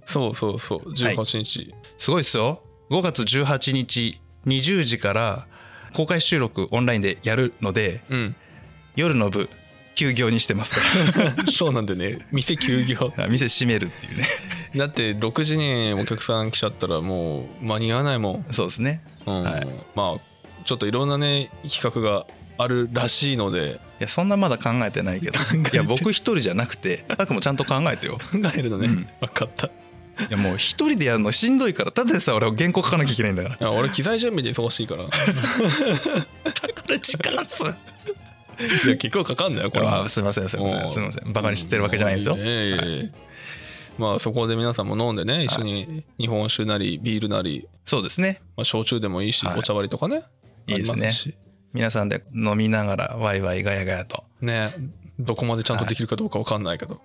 Speaker 1: そうそうそう18日、
Speaker 2: すごいですよ5月18日20時から公開収録オンラインでやるので
Speaker 1: うん
Speaker 2: 夜の部休業にしてますか
Speaker 1: そうなんでね店休業
Speaker 2: ら店閉めるっていうね
Speaker 1: だって6時にお客さん来ちゃったらもう間に合わないもん、
Speaker 2: そうですね
Speaker 1: うん
Speaker 2: はい
Speaker 1: まあちょっといろんなね企画があるらしいので
Speaker 2: いやそんなまだ考えてないけど
Speaker 1: えてない
Speaker 2: いや僕一人じゃなくてたくもちゃんと考えてよ
Speaker 1: 考えるのね、
Speaker 2: うん
Speaker 1: 分かったい
Speaker 2: いやもう一人でやるのしんどいからただでさ俺原稿書かなきゃいけないんだから
Speaker 1: や俺機材準備で忙しいからい
Speaker 2: だから時間っす
Speaker 1: や結構かかんだよこれ
Speaker 2: あすいませんすいませんすいませんバカにしてるわけじゃないですよ
Speaker 1: うんいえいえいえまあそこで皆さんも飲んでね一緒に日本酒なりビールなり、
Speaker 2: そうですね
Speaker 1: まあ、焼酎でもいいし、
Speaker 2: はい
Speaker 1: お茶割りとかね
Speaker 2: いいです
Speaker 1: あ
Speaker 2: ね
Speaker 1: りまし
Speaker 2: 皆さんで飲みながらワイワイガヤガヤと
Speaker 1: ねどこまでちゃんとできるかどうか分かんないけど、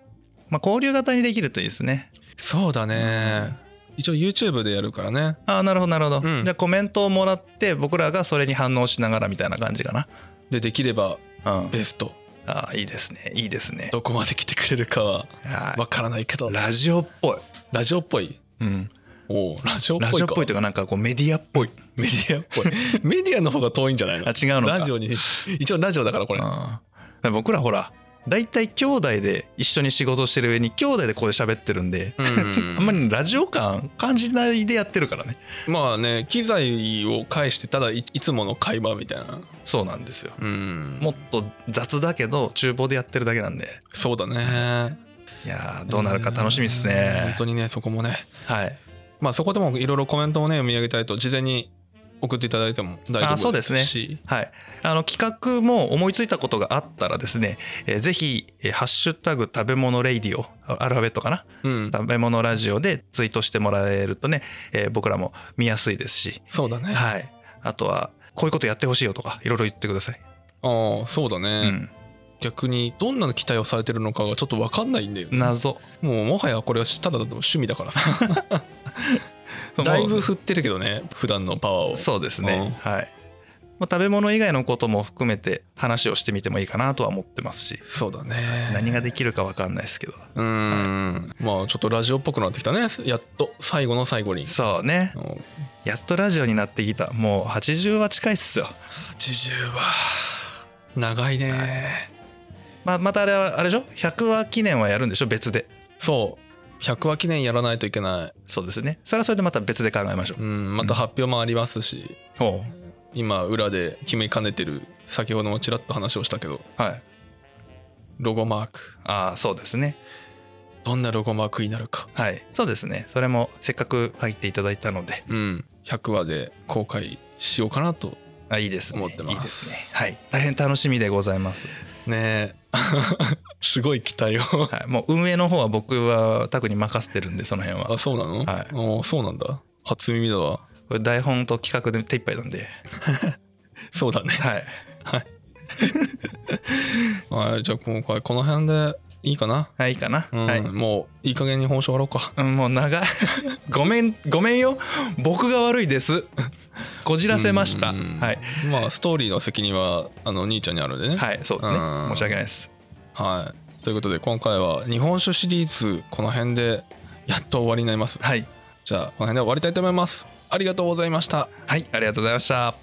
Speaker 2: まあ交流型にできるといいですね
Speaker 1: そうだね、一応 YouTube でやるからね
Speaker 2: ああなるほどなるほど、
Speaker 1: うん
Speaker 2: じゃあコメントをもらって僕らがそれに反応しながらみたいな感じかな
Speaker 1: でできれば
Speaker 2: うん
Speaker 1: ベスト
Speaker 2: ああいいですねいいですね
Speaker 1: どこまで来てくれるかは
Speaker 2: は
Speaker 1: 分からないけど
Speaker 2: いラジオっぽい、
Speaker 1: ラジオっぽい
Speaker 2: うん、
Speaker 1: おうラジオっぽい
Speaker 2: ラ
Speaker 1: か
Speaker 2: ジオっぽいというかなんかこうメディアっぽい
Speaker 1: メディアっ ぽいメディアの方が遠いんじゃないの
Speaker 2: あ違うのか
Speaker 1: ラジオに一応ラジオだからこれ
Speaker 2: うんだから僕らほら大体兄弟で一緒に仕事してる上に兄弟でここで喋ってるんで、
Speaker 1: うん
Speaker 2: あんまりラジオ感感じないでやってるからね
Speaker 1: まあね機材を介してただいいつもの会話みたいな
Speaker 2: そうなんですよ
Speaker 1: うん
Speaker 2: もっと雑だけど厨房でやってるだけなんで
Speaker 1: そうだね
Speaker 2: いやーどうなるか楽しみですね、
Speaker 1: うん本当にねそこもね
Speaker 2: はい
Speaker 1: まあそこでもいろいろコメントをね読み上げたいと事前に送っていただいても大
Speaker 2: あ
Speaker 1: 丈
Speaker 2: そう
Speaker 1: 夫
Speaker 2: で
Speaker 1: ですす
Speaker 2: ね
Speaker 1: し
Speaker 2: はい、あの企画も思いついたことがあったらですね、えーぜひ、えーハッシュタグ食べ物レイディオ」あアルファベットかな
Speaker 1: うん
Speaker 2: 食べ物ラジオでツイートしてもらえるとね、えー僕らも見やすいですし、
Speaker 1: そうだね
Speaker 2: はい、あとはこういうことやってほしいよとかいろいろ言ってください、
Speaker 1: ああそうだ
Speaker 2: う
Speaker 1: ね
Speaker 2: ん、
Speaker 1: 逆にどんな期待をされてるのかがちょっと分かんないんだよね
Speaker 2: 謎
Speaker 1: もうもはやこれはただの趣味だ からさだいぶ振ってるけどね普段のパワーを
Speaker 2: そうですね、はいまあ、食べ物以外のことも含めて話をしてみてもいいかなとは思ってますし
Speaker 1: そうだね
Speaker 2: 何ができるか分かんないですけど
Speaker 1: うーんまあちょっとラジオっぽくなってきたねやっと最後の最後に
Speaker 2: そうね
Speaker 1: うん
Speaker 2: やっとラジオになってきたもう80は近いっすよ、
Speaker 1: 80は長いね、
Speaker 2: まあ、またあれはあれでしょ100話記念はやるんでしょ別で
Speaker 1: そう100話記念やらないといけない
Speaker 2: そうですねそれはそれでまた別で考えましょう
Speaker 1: うんまた発表もありますし、
Speaker 2: おう
Speaker 1: 今裏で決めかねてる先ほどもちらっと話をしたけど
Speaker 2: はい
Speaker 1: ロゴマーク
Speaker 2: ああそうですね
Speaker 1: どんなロゴマークになるか
Speaker 2: はいそうですねそれもせっかく入っていただいたので
Speaker 1: うん100話で公開しようかなと
Speaker 2: あいいですね
Speaker 1: 思ってます
Speaker 2: いいですねはい大変楽しみでございます、
Speaker 1: ねえ すごい期待を
Speaker 2: はい、もう運営の方は僕はタクに任せてるんでその辺は
Speaker 1: あそうなの、
Speaker 2: はい
Speaker 1: おそうなんだ初耳だわ
Speaker 2: これ台本と企画で手一杯なんで
Speaker 1: そうだね
Speaker 2: はい
Speaker 1: はい、じゃあ今回この辺でいいかな。
Speaker 2: はいいいかな、
Speaker 1: うん、
Speaker 2: はい
Speaker 1: もういい加減に本性終わろうか。
Speaker 2: うんもう長い ごめんごめんよ僕が悪いですこじらせました
Speaker 1: うん
Speaker 2: はい
Speaker 1: まあストーリーの責任はあの兄ちゃんにあるんでね。はい。
Speaker 2: はいそうですね
Speaker 1: うん
Speaker 2: 申し訳ないです
Speaker 1: ということで今回は日本酒シリーズこの辺でやっと終わりになります。
Speaker 2: はい
Speaker 1: じゃあこの辺で終わりたいと思います。ありがとうございました。
Speaker 2: はいありがとうございました